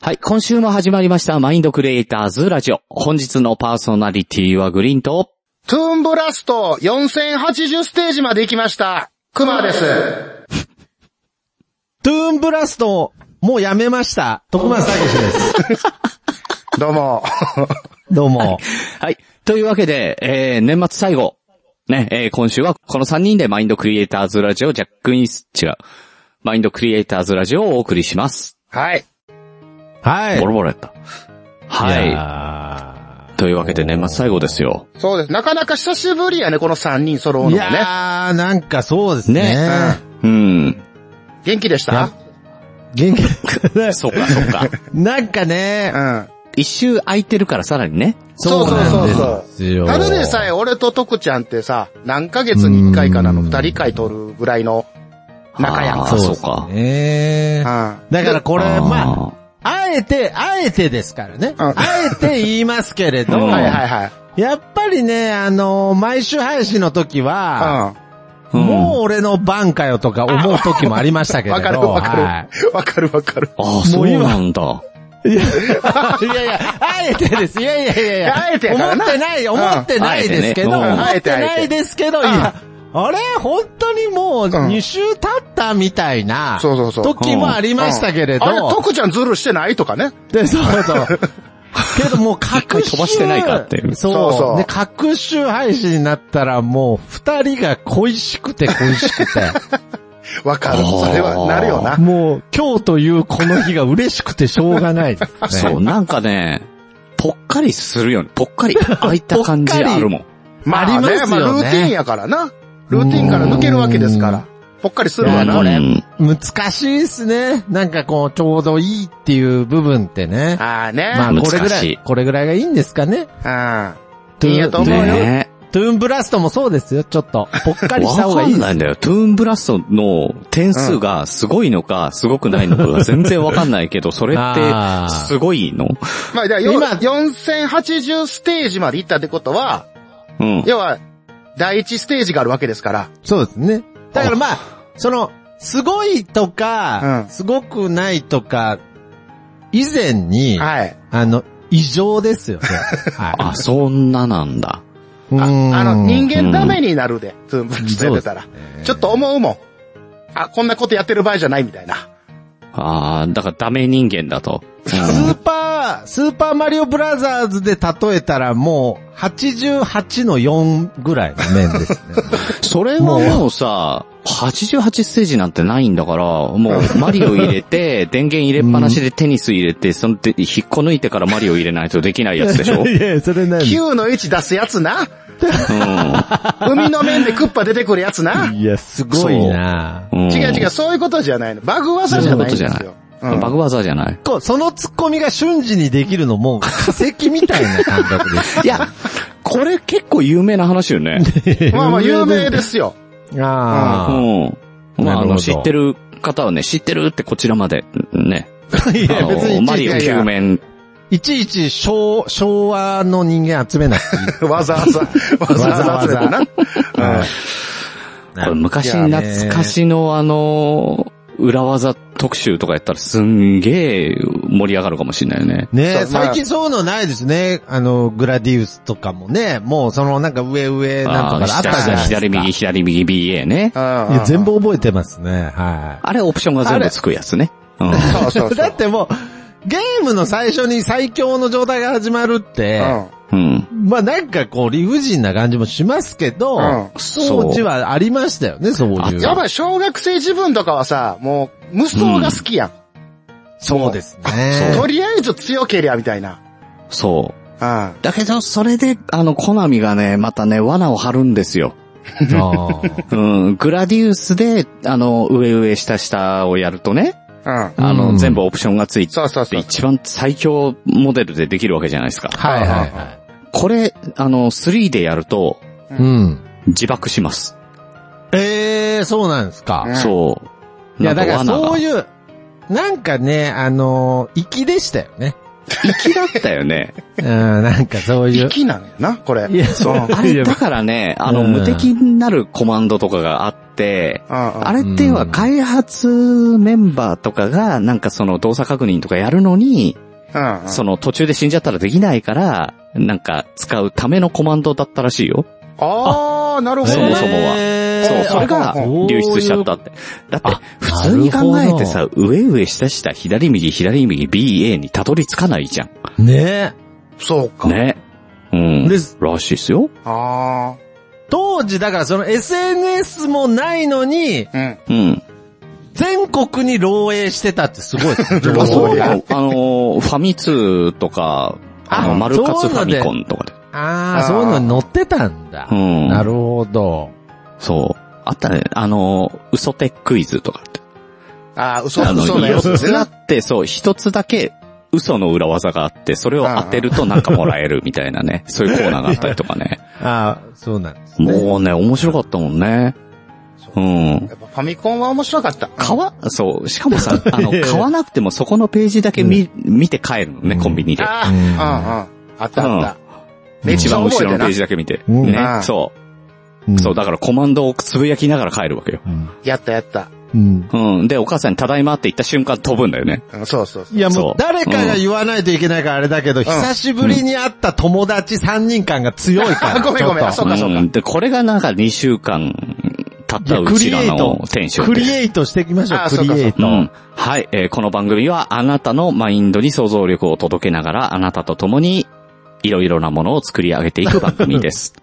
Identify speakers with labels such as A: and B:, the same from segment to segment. A: はい、今週も始まりました、マインドクリエイターズラジオ。本日のパーソナリティはグリーンと、
B: トゥーンブラスト4080ステージまで行きました。クマです。
C: トゥーンブラスト、もうやめました。徳松たけしです。
B: どうも。
C: どうも。
A: はい。というわけで、えー、年末最後。ね、えー、今週はこの3人でマインドクリエイターズラジオ、ジャックインス、違う。マインドクリエイターズラジオをお送りします。
B: はい。
C: はい。
A: ボロボロやった。は。
C: はい
A: というわけで年末最後ですよ。
B: そうです。なかなか久しぶりやね、この3人揃うの
C: い
B: もね。
C: やー、なんかそうですね。
A: ねうん。
B: 元気でした
C: 元気。
A: そうか、そう か。
C: なんかね
B: う、ん。
A: 一周空いてるからさらにね。
B: そうそうそうそう
C: なんですよ
B: ただでさえ俺と徳ちゃんってさ、何ヶ月に1回かなの2人回取るぐらいの仲やん
A: あ
B: か。
A: ー
C: そ
A: そ
C: う
A: うか
C: か。ね
B: うん
C: だからこれ、
A: あー
C: まあ、あえて、あえてですからね。
B: うん
C: あえて言いますけれど、
A: うん
B: はい
C: や
B: はいはい。
C: っぱりね、あのー、毎週配信の時は、
A: うん
C: もう俺の番かよとか思う時もありましたけ
B: うん。
C: れ
B: わ
C: ど。
B: かるわ
C: は
B: か
C: い
B: る。わかるわかる。
A: ああ、そうなんだ。
C: いやいや、あえてです。いやいやいやいや。
B: あえてやから
C: 思
B: な
C: ってない、思ってないですけど、
A: うん
C: 思
A: あ
B: え
C: ってて
B: ねうん
C: ないですけど、い
B: あえて
C: や、あれ本当にもう
B: うん
C: 2週経ったみたいな、
B: そうそうそう
C: 時もありましたけれど、
B: あれ、徳ちゃんズルしてないとかね。
C: で、そう そう。けどもう
A: 一回
C: 各週、
A: 飛ばしてないかっていう
C: そう。
B: そうそう
C: で、各週配信になったらもう二人が恋しくて恋 しくて。
B: わかる。それは、なるよな。
C: もう、今日というこの日が嬉しくてしょうがないですね。
A: そう、なんかね、ぽっかりするよね。ぽっ かり空いた感じあるもん。
B: まあ
C: あります
B: ね、
C: よね
B: まあルーティンやからな。ルーティンから抜けるわけですから。ぽっかりするわな。
C: う
B: は
C: ん
B: い
A: うん
C: 難しいですね。なんかこう、ちょうどいいっていう部分ってね。
B: ああね。
C: まあ、これぐ
A: 難
C: ら
A: しい
C: い、これぐらいがいいんですかね。
B: あ
C: トゥ
B: いいやと
C: ーン、
B: 思うよ
A: ね
C: トゥーンブラストもそうですよ、ちょっと。ぽっかりした方
A: わ
C: が
A: か
C: いい
A: ん
C: で
A: ない
C: す。
A: んだよ。トゥーンブラストの点数がすごいのか、すごくないのかが全然わかんないけど、そ れって、すごいの
B: まあ、じゃあ、よ
C: 今
B: 4080ステージまで行ったってことは、
A: うん。
B: 要は、第一ステージがあるわけですから。
C: そうですね。だからまあ、その、すごいとか、
B: うん
C: すごくないとか、以前に、
B: はい。
C: あの、異常ですよね。 はい。
A: あ、そんななんだ。
C: うーん
B: あ、あの、人間ダメになるで、ズームしててたら。ちょっと思うもん。あ、こんなことやってる場合じゃないみたいな。
A: ああ、だからダメ人間だと。
C: スーパー、スーパーマリオブラザーズで例えたらもう、88の4ぐらいの面ですね。
A: それはもうさ、88ステージなんてないんだから、も うマリオ入れて、電源入れっぱなしでテニス入れて、そので引っこ抜いてからマリオ入れないとできないやつでしょ うん。
C: いやいや、それ何
B: 9の1出すやつな。海の面でクッパ出てくるやつな。
C: いや、すごいな
A: うん
B: 違う違う、そういうことじゃないの。バグ技じゃないんです
A: そういう
B: よ
A: こ。
B: うん
A: バグ技じゃない。
C: こうその突っ込みが瞬時にできるのも、化石みたいな感覚です。
A: いや、これ結構有名な話よね。
B: まあまあ、有名ですよ。
A: う
C: あ
A: ん。まあ、
C: な
A: あ
C: るほ
A: の、
C: ど
A: 知ってる方はね、知ってるってこちらまで、ね。
C: あ。い
A: あ
C: や、別
A: の、
C: にい
A: マ
C: ちい
A: リオ
C: ち、
A: 救面。
C: いちいち昭昭和の人間集めなくていい。
B: わざ わざ、わざわざ集めてな。うん
A: これ昔懐かしのあの、裏技特集とかやったらすんげえ盛り上がるかもしれないよね。
C: ね
B: そ
C: え、
B: うまあ
C: 最近そういうのないですね。あの、グラディウスとかもね、もうそのなんか上上なんとかあったじゃないですか。
A: 左右、左右 BA ね。
B: うん
C: いや、全部覚えてますね。は
A: あれオプションが全部つくやつね。うん。
B: そうそうそう。
C: い。だってもう、ゲームの最初に最強の状態が始まるって、
A: うん。
C: まあなんかこう理不尽な感じもしますけど、
B: うん
C: 当時はありましたよね、そう
A: あっ
C: い
B: うん。
C: う。
B: やばい、小学生自分とかはさ、もう、無双が好きやん。
C: そうです
B: と
C: ね。
B: りあえず強けりゃ、みたいな。
A: そう。
B: うん。
A: だけど、それで、あの、コナミがね、またね、罠を張るんですよ。
C: あー
A: うん。グラディウスで、あの、上上下下をやるとね、
B: うん。
A: あの、
C: うん
A: 全部オプションがついて、
B: そうそうそう。
A: 一番最強モデルでできるわけじゃないですか。
C: はいはいは
A: これ、あの、3でやると、
C: い。うん。
A: 自爆します。
C: えー、そうなんですか。
B: うん
A: そう。
C: いや、だからそう
A: う。
C: いう、なんかね、あのー、粋でしたよね。
A: 粋だったよね。
C: うん、なんかそ ういう。
B: 粋なのよな、これ。
C: いや
B: そう。
A: あれ、だからね、あの、
C: うん
A: 無敵になるコマンドとかがあっって、
B: あ
A: あれっては開発メンバーとかがなんかその動作確認とかやるのに、
B: うんうん。
A: その途中で死んじゃったらできないから、なんか使うためのコマンドだったらしいよ。
B: ああ、なるほど。
A: そもそもは
C: は
A: そう、それが流出しちゃったって。だって、普通に考えてさ、上上下下左右左右 BA にたどり着かないじゃん。
C: ね
B: そうか。
A: ね。うん。
C: で
A: らしいっすよ。
B: あ
C: 当時、だからその SNS もないのに、
B: あ、うん。
A: うん。
C: 全国に漏洩してたってすごいですね。
B: うん
A: あ、 そう
B: だ
A: よ。あのー、ファミ通とか、あの、
C: あ
A: マルカ
C: そ
A: ツ
C: う
A: フ
C: な
A: ァ
C: んだ
A: ミ
C: よ
A: コンとかで。
C: ああ、そういうのに載ってたんだ。
A: うん。
C: なるほど。
A: そう。あったね。あのー、嘘テクイズとかって。
B: ああ、嘘、
A: あの、
B: 嘘のやつ
A: 4
B: です
A: つあ
B: な。
A: って、そう、一つだけ嘘の裏技があって、それを当てるとなんかもらえるみたいな ね。そういうコーナーがあったりとかね。
C: ああ、そうなんです ね。
A: もうね、面白かったもんね。うん。
B: やっぱファミコンは面白かった。
A: 買わ、そう、しかも さ、あの、買わなくてもそこのページだけ見、見て帰るのね、コンビニで。
B: ああ、
C: うん
B: うんうん。あったあった。めっ
A: 一
B: ちゃ
A: 番後
B: 覚え
A: ろの
B: て
A: ペ
B: な
A: ー。ジだけ見て。
C: うん
A: ね
B: あ、
A: そ
C: うん
A: う。そう、だからコマンドをつぶやきながら帰るわけよ。
C: うん
B: やったやった。
C: うん。
A: うん。で、お母さんにただいまって言った瞬間飛ぶんだよね。
B: うんそうそうそう。
C: いや
A: そ
C: も
A: う
C: う誰かが言わないといけないからあれだけど、久しぶりに会った友達3人間が強いか
B: あ
C: ら。
B: ごめんごめんあそ
C: ちょっ
B: うかそうか
A: ん。で、これがなんか2週間経った
C: いうやク
A: ち
C: リ
A: ら
C: エイ
A: の
C: ト
A: テンシ
C: と
A: ョン
C: ク
A: で
C: リ
A: す。
C: エイトしていきましょ
B: あ
C: う、
B: そう
C: ク
B: か
C: リエイ
A: う
C: ト。
A: ん。はい、えーこの番組はあなたのマインドに想像力を届けながらあなたと共にいろいろなものを作り上げていく番組 です。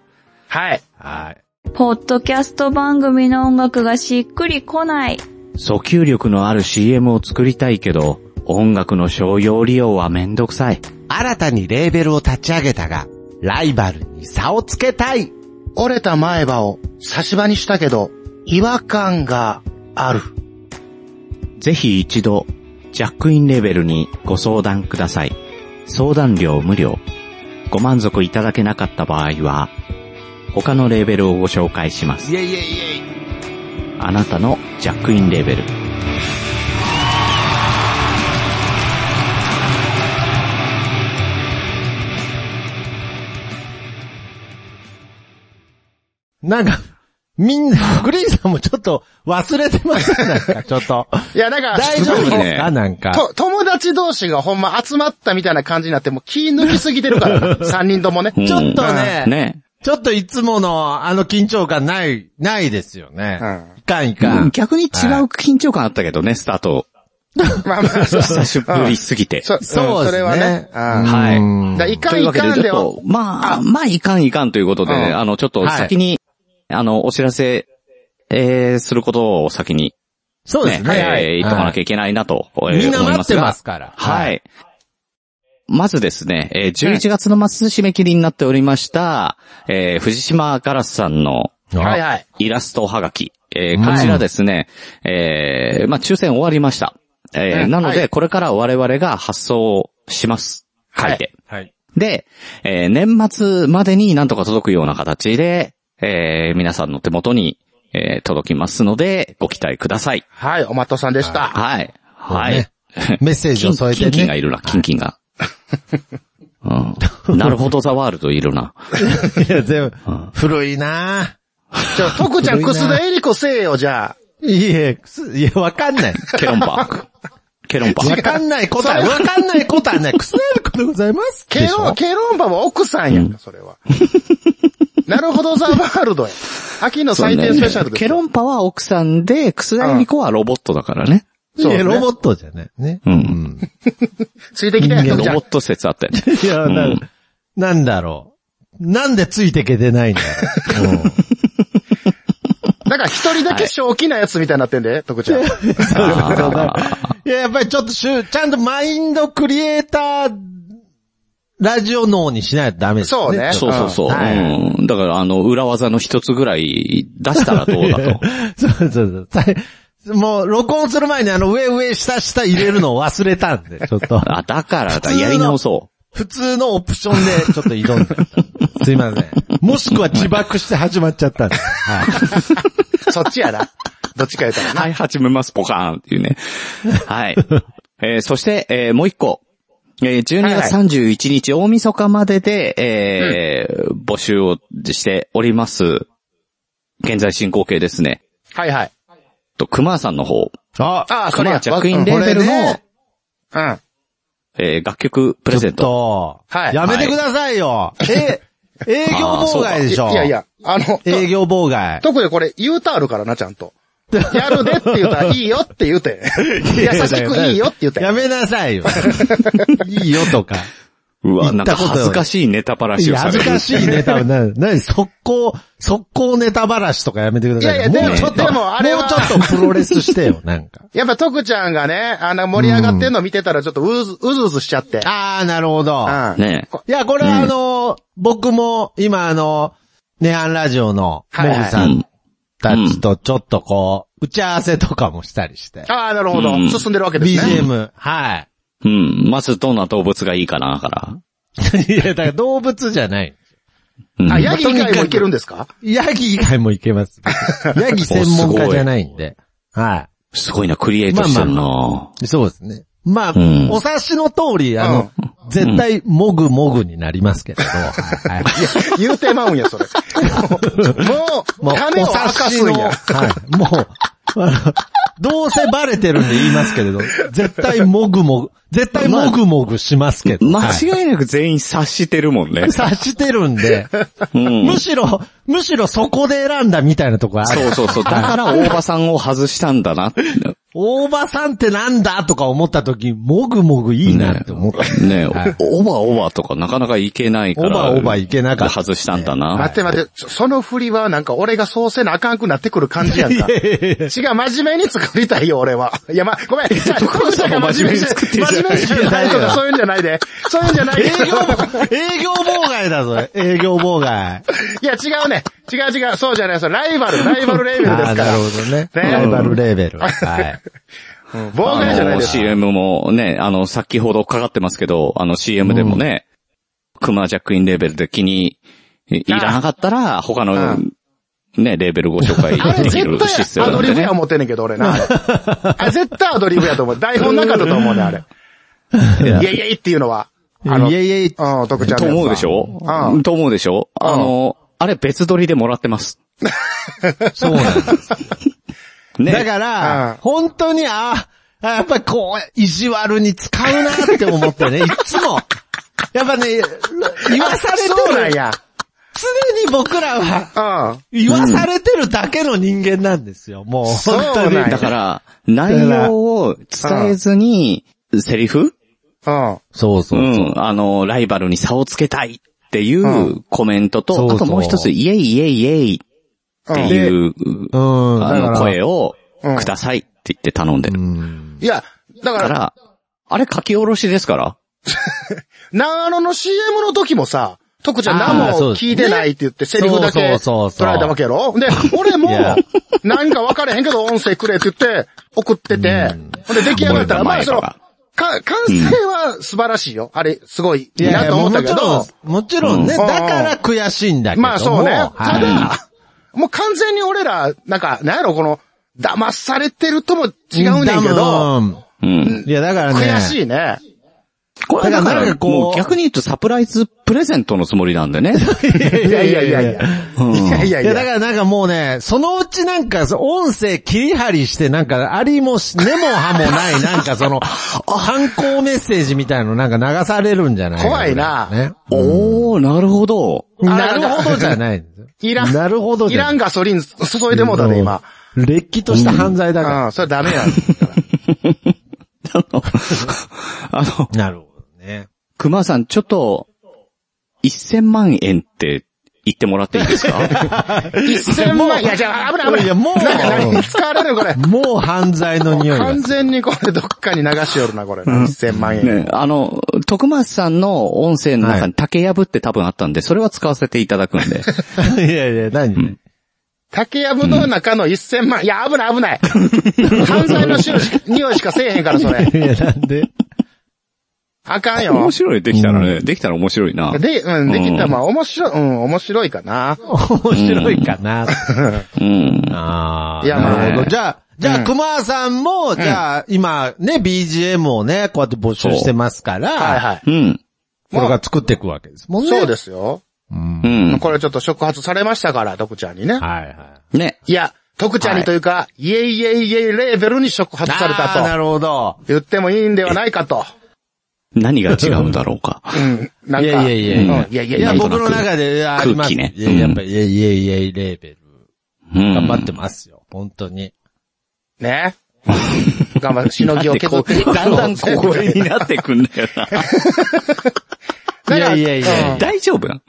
B: はい。
C: はい。
D: ポッドキャスト番組の音楽がしっくりこない。
A: 訴求力のある CM を作りたいけど、音楽の商用利用はめんどくさい。
C: 新たにレーベルを立ち上げたが、ライバルに差をつけたい。
B: 折れた前歯を差し歯にしたけど、違和感がある。
A: ぜひ一度、ジャックインレベルにご相談ください。相談料無料。ご満足いただけなかった場合は、他のレーベルをご紹介します。
C: いえいえいえい。
A: あなたのジャックインレーベル。
C: なんか、みんな、グリーンさんもちょっと忘れてますね。なんかちょっと。
B: いや、なんか、
C: 大丈
A: す
C: 夫
A: ごい
C: で
A: ね
C: すかなんか。
B: と、友達同士がほんま集まったみたいな感じになって、もう気抜きすぎてるから、 三人ともね。
A: うん
C: ちょっとね、
A: ね。
C: ちょっといつものあの緊張感ない、ないですよね。
B: うん
C: いかんいかん。
A: 逆に違う緊張感あったけどね、スタート。
B: まあまあ、そう
A: 久しぶりすぎて。
B: そ
C: そううん
B: そ
C: ですね。
B: れはね。うん
A: はい
C: う
B: だ
C: ん
B: からいか
A: と
B: ん
A: いう
B: い
A: わけで、
B: かん
A: ち
B: では
A: ょっと、まあ、まあ、いかんいかんということでね、
B: うん
A: あの、ちょっと先に、あの、お知らせ、えー、することを先に、
C: そうで
A: ね
C: す、ね。
A: えー言っとかなきゃいけないなと、えー
C: みんな
A: 思い
C: 待
A: ま
C: っ
A: す
C: て
A: が
C: ますから。
A: はい。まずですね、えー11月の末締め切りになっておりました、えー藤島ガラスさんの
C: あ。
B: はいはい。
A: イラストはがき。えー
C: うん
A: こちらですね、えーまあ、抽選終わりました。えー
B: うん
A: なの
B: は
A: で、
B: い
A: これから我々が発送します。書いて。
C: はい。
A: で、えー年末までになんとか届くような形で、えー皆さんの手元に、えー届きますので、ご期待ください。
B: はい、おまとさんでした。
A: はい。はい。
C: ねメッセージ
A: キン
C: を添え
A: キンキ
C: て
A: ンが
C: ね。
A: いるな、キンキンが。 うん、なるほど、ザワールドいるな。
C: いや、 全部、古いな
B: ちょ、徳ちゃん、
C: 古いな
B: 楠田えり子せえよ、じゃ
C: ぁいえ、すいや、わかんない。
A: ケロンパー ク。ケロンパ
C: わ
A: ーク。
C: かんないことは、わかんないことはね、くすねることでございます。
B: あ。ケロン、ケロンバは奥さんやんか、それは。 なるほど、ザ・ワールドや。秋の最低スペシャルです
A: ケロンパは奥さんで、クスダイミコはロボットだからね。
C: い
B: そうね
C: や、ロボットじゃない。ね。
A: うん
B: ついてきて、
C: 人間
B: 徳
A: ロ
B: ちゃん
A: ボッ。ト説あ ったよね。
C: いや、な、なんだろう。なんでついてけてないんだろう。
B: だから一人だけ正気なやつみたいになってんで、徳ちゃん。
A: あ
C: いや、やっぱりちょっとしゅ、ちゃんとマインドクリエイター、ラジオ脳にしないとダメですね。
B: そうね
A: ーそうそうそう。
C: はい
A: うんだから、あの、裏技の一つぐらい出したらどうだ と。
C: そうそうそうさい。もう、録音する前にあの、上上下下入れるのを忘れたん で、ちょっと。
A: あ、だから
C: 普
A: だ、
C: 通の
A: やり直そ
C: 普通のオプションでちょっと挑んで。すいません。もしくは自爆して始まっちゃったんで。はい。
B: そっちやな。どっちか言うたら
A: う。
B: な。
A: はい、始めます、ポカーンっていうね。 はい。えーそして、えーもう一個。えー12月31日、大晦日までで、えー募集をしております。現在進行形ですね。
B: はいはい。
A: と、熊さんの方、
C: あ
B: ああ、そ
A: か
B: れ
A: ら
B: や。
A: 弱インレーベルの、
C: これね
B: うん。
A: えー楽曲プレ
C: ち
A: ゼ
C: ょっ
A: ント。
C: と、
B: はい
C: やめてくださいよ。え、営業妨害でしょ。
B: いやい。や、あの、と
C: 営業妨害。
B: 特にこれ言うたあるからな、ちゃんと。やるでって言うたらいいよって言うて。優しく いいよって言うて。
C: やめな さいよ。いいよとか。
A: うわ、
C: 言
A: な
C: っ
A: んか
C: たことない
A: 恥ずかしいネタばら
C: い
A: しを
C: や、
A: され
C: 恥
A: る。
C: ずかしいネタはな、なに、速攻、速攻ネタばらしとかやめてください。
B: いやいやでも
C: うちょっと、
B: でもあれは
C: うちょっとプロレスしてよ、なん か。
B: やっぱ徳ちゃんがね、あの盛り上がってんの見てたらちょっとうず、うずうずしちゃって。
C: あー、なるほど。
B: うん。
A: ね
C: いや、これはあのー僕も、今あの、ネハンラジオの、モ
B: はいはい
C: グ
A: う
C: さん
A: ん。
C: たちとちょっとこう、打ち合わせとかもしたりして。
B: ああ、なるほど
A: う。ん
B: 進んでるわけですね。
C: BGM、はい。
A: うん。まずどんな動物がいいかな、から。
C: いや、だから動物じゃない。
A: うん
B: あ、ヤギ以外もいけるんです か
C: ヤギ以外もいけます。 ヤギ専門家じゃないんで。は
A: すごいな、クリエイトしてるな、
C: い。そうですね。まあ、
A: うん
C: お察しの通り、あの、絶対、もぐもぐになります けれど。はい
B: 言うてまうんや、そ れ。もう、もう、種を明かすんや。
C: はい。もう、あのどうせバレてるんで言いますけれど、絶対もぐもぐ、絶対もぐもぐしますけど。
A: 間
C: はい
A: 違いなく全員察してるもん ね。
C: 察してるんで、
A: うん
C: むしろ、むしろそこで選んだみたいなとこある。
A: そうそうそう。だから大場さんを外したんだなって。
C: 大場さんってなんだとか思った時、もぐもぐいいなって思った。
A: ね
C: はい
A: オバオバとかなかなかいけないから。
C: オバオバいけなかった
A: 外したんだな。
B: 待って待って、ちょその振りはなんか俺がそうせなあかんくなってくる感 じやんか。違う、真面目に作りたいよ、俺は。いや、ま、ごめん。ちゃんと
A: こさんも真面目に作ってるじゃ
B: 真面
A: な
B: 目
A: い
B: に作りたいと
C: いやいや
B: か、そういうんじゃないで。そういうんじゃない
C: 営
B: で。
C: 業妨、営業妨害だぞ、営業妨害。
B: いや、違うね。違う違う。そうじゃない。それライバル、ライバルレベル で
C: あ
B: す
C: あ、
B: か
C: な
B: ら
C: る。ほどね。
B: ね
C: ライバルレーベル。はい。
B: 妨害じゃないです
A: あの CM もね、あの、先ほどかかってますけど、あの CM でもね、クマジャックインレーベルで気にい
B: ああ
A: らなかったら、他の
B: う
A: ね、レーベルご紹介
B: あれ
A: できるシス
B: 絶
A: テ
B: 対
A: ム
B: ア
A: な
B: ド
A: ん
B: リ
A: で
B: ブ
A: ね
B: や。思ってんねんけど、俺な。あれあれ絶対アドリブやと思う。台本なかったと思うね、あれ。イェイイェイっていうのは。あの、
C: いえいえい
B: うん、徳ちゃん
A: と
B: のやつは
A: 思うでしょ
B: うん
A: と思うでしょあの、あれ別撮りでもらってます。
C: そうなんです。
A: ね。
C: だから、
B: うん
C: 本当に、ああ、やっぱりこう、意地悪に使うなって思ってね、いつも。やっぱね、言わされ
B: そうな
C: て
B: ん
C: る、
B: や。
C: 常に僕らは、
B: うん。
C: 言わされてるだけの人間なんですよ、もう。
B: そう
C: 本当
B: なん
C: に。
B: や
A: だから、内容を伝えずに、セリフ
B: うん。
C: そうそうう。
A: ん。あの、ライバルに差をつけたいっていううコメント
C: そ
A: と、
C: うそう
A: あともう一つ、イエイイエイイエイっていう、
C: うん。だ
A: あ
C: から
A: の、声を
B: うん
A: くださいって言って頼んで
C: う
A: る。
C: ん。
B: いや、だ
A: だ
B: か、
A: からら、あれ書き下ろしですから。
B: 長野の CM の時もさ、徳ちゃん
C: あー
B: 何
C: そう
B: も
C: です
B: 聞いてないって言って、セリフだけ
C: そうそうそうそう
B: 取られたわけやろで、俺も
C: いや、
B: なんか分からへんけど音声くれって言って、送ってて、ほんで出来上がったら、まあその、
A: 覚えた前と
B: か
A: か、
B: 完成は素晴らしいよ。あれ、すごい、いい
C: いや
B: なと思ったけど、
C: もちろん、もちろんね、
B: うん
C: だから悔しいんだけども。
B: まあそうね。
C: は
B: た
C: い
B: だ、もう完全に俺ら、なんか、なんやろ、この、騙されてるとも違うねんけど、。
C: うん
A: うん。
C: いや、だからね。
B: 悔しいね。
A: これだか
C: なん
A: ら
C: か、こう
A: もう逆に言うとサプライズプレゼントのつもりなんで ね。
B: いやいやいやいや。
A: うん
B: いやいや
C: い
B: いや
C: や、。だからなんかもうね、そのうちなんか、そう音声切り張りして、なんか、ありもし、根も葉もない、 なんかその、反抗メッセージみたいのなんか流されるんじゃない
B: 怖いな
C: ね。
A: おー、なるほど。
C: なるほどじゃないんですよ。
B: いらん
C: なるほど
B: いらん
C: が、
B: ガソリン注いでもうたで、今。
C: うん。れっきとした犯罪だ
B: う
C: か
B: ん、それダメやん。
A: あの、
C: ら。なるほどね。
A: 熊さん、ちょっと、1000万円って言ってもらっていいです か
B: 1000万。いや、じゃあ、危ない危ない。
C: いやもう
B: なんか何に使われるこれ。
C: もう犯罪の 匂いが。
B: 完全にこれどっかに流しよるな、これ。1000万円。
A: ね、あの、徳松さんの音声の中
C: は
A: に竹やぶって多分あったんで、それは使わせていただくんで。
C: いやいや、何
B: 竹やぶの中の1000万。いや、危ない危ない。犯罪の匂いし匂いしかせえへんから、それ。
C: いや、なんで
B: あかんよ
A: 面。白い、できたらね。できたら面白いな。
B: で、うん、できたら、
A: うん
B: まあ、面白い、うん、面白いかな。
C: 面白いかな。
A: うん。
C: ああ。
B: いやまあ
C: なるほど。じゃあ、じゃあ、
B: うん
C: 熊さんも、じゃあ、今、ね、BGM をね、こうやって募集してますから、
B: はいは
A: う
B: い。
A: ん。
C: これから作っていくわけですもんね。
B: そう
C: す。
B: ですよ。
A: うん。
B: これちょっと触発されましたから、徳ちゃんにね。
C: はいは
A: ね。
B: いや、特茶にというか、イエイイエイイエイレーベルに触発され
C: あーな
B: たと
C: るほど。
B: 言ってもいいんではないかと。
A: 何が違うんだろうか。
B: うん。なんか。
C: いやいやいや
B: うんいやいやい
C: い
B: や
C: や、
A: なんと
C: 僕
A: なく
C: の中であります。
A: 空気ね
C: いややっぱ、いやいやいやいレーベル。
A: うん
C: 頑張ってますよ。本当に。
B: ね。頑張る。しのぎを削 って
A: だんだん小 声になってくんだよな。
C: いやいやいや
B: うん
A: 大丈夫なの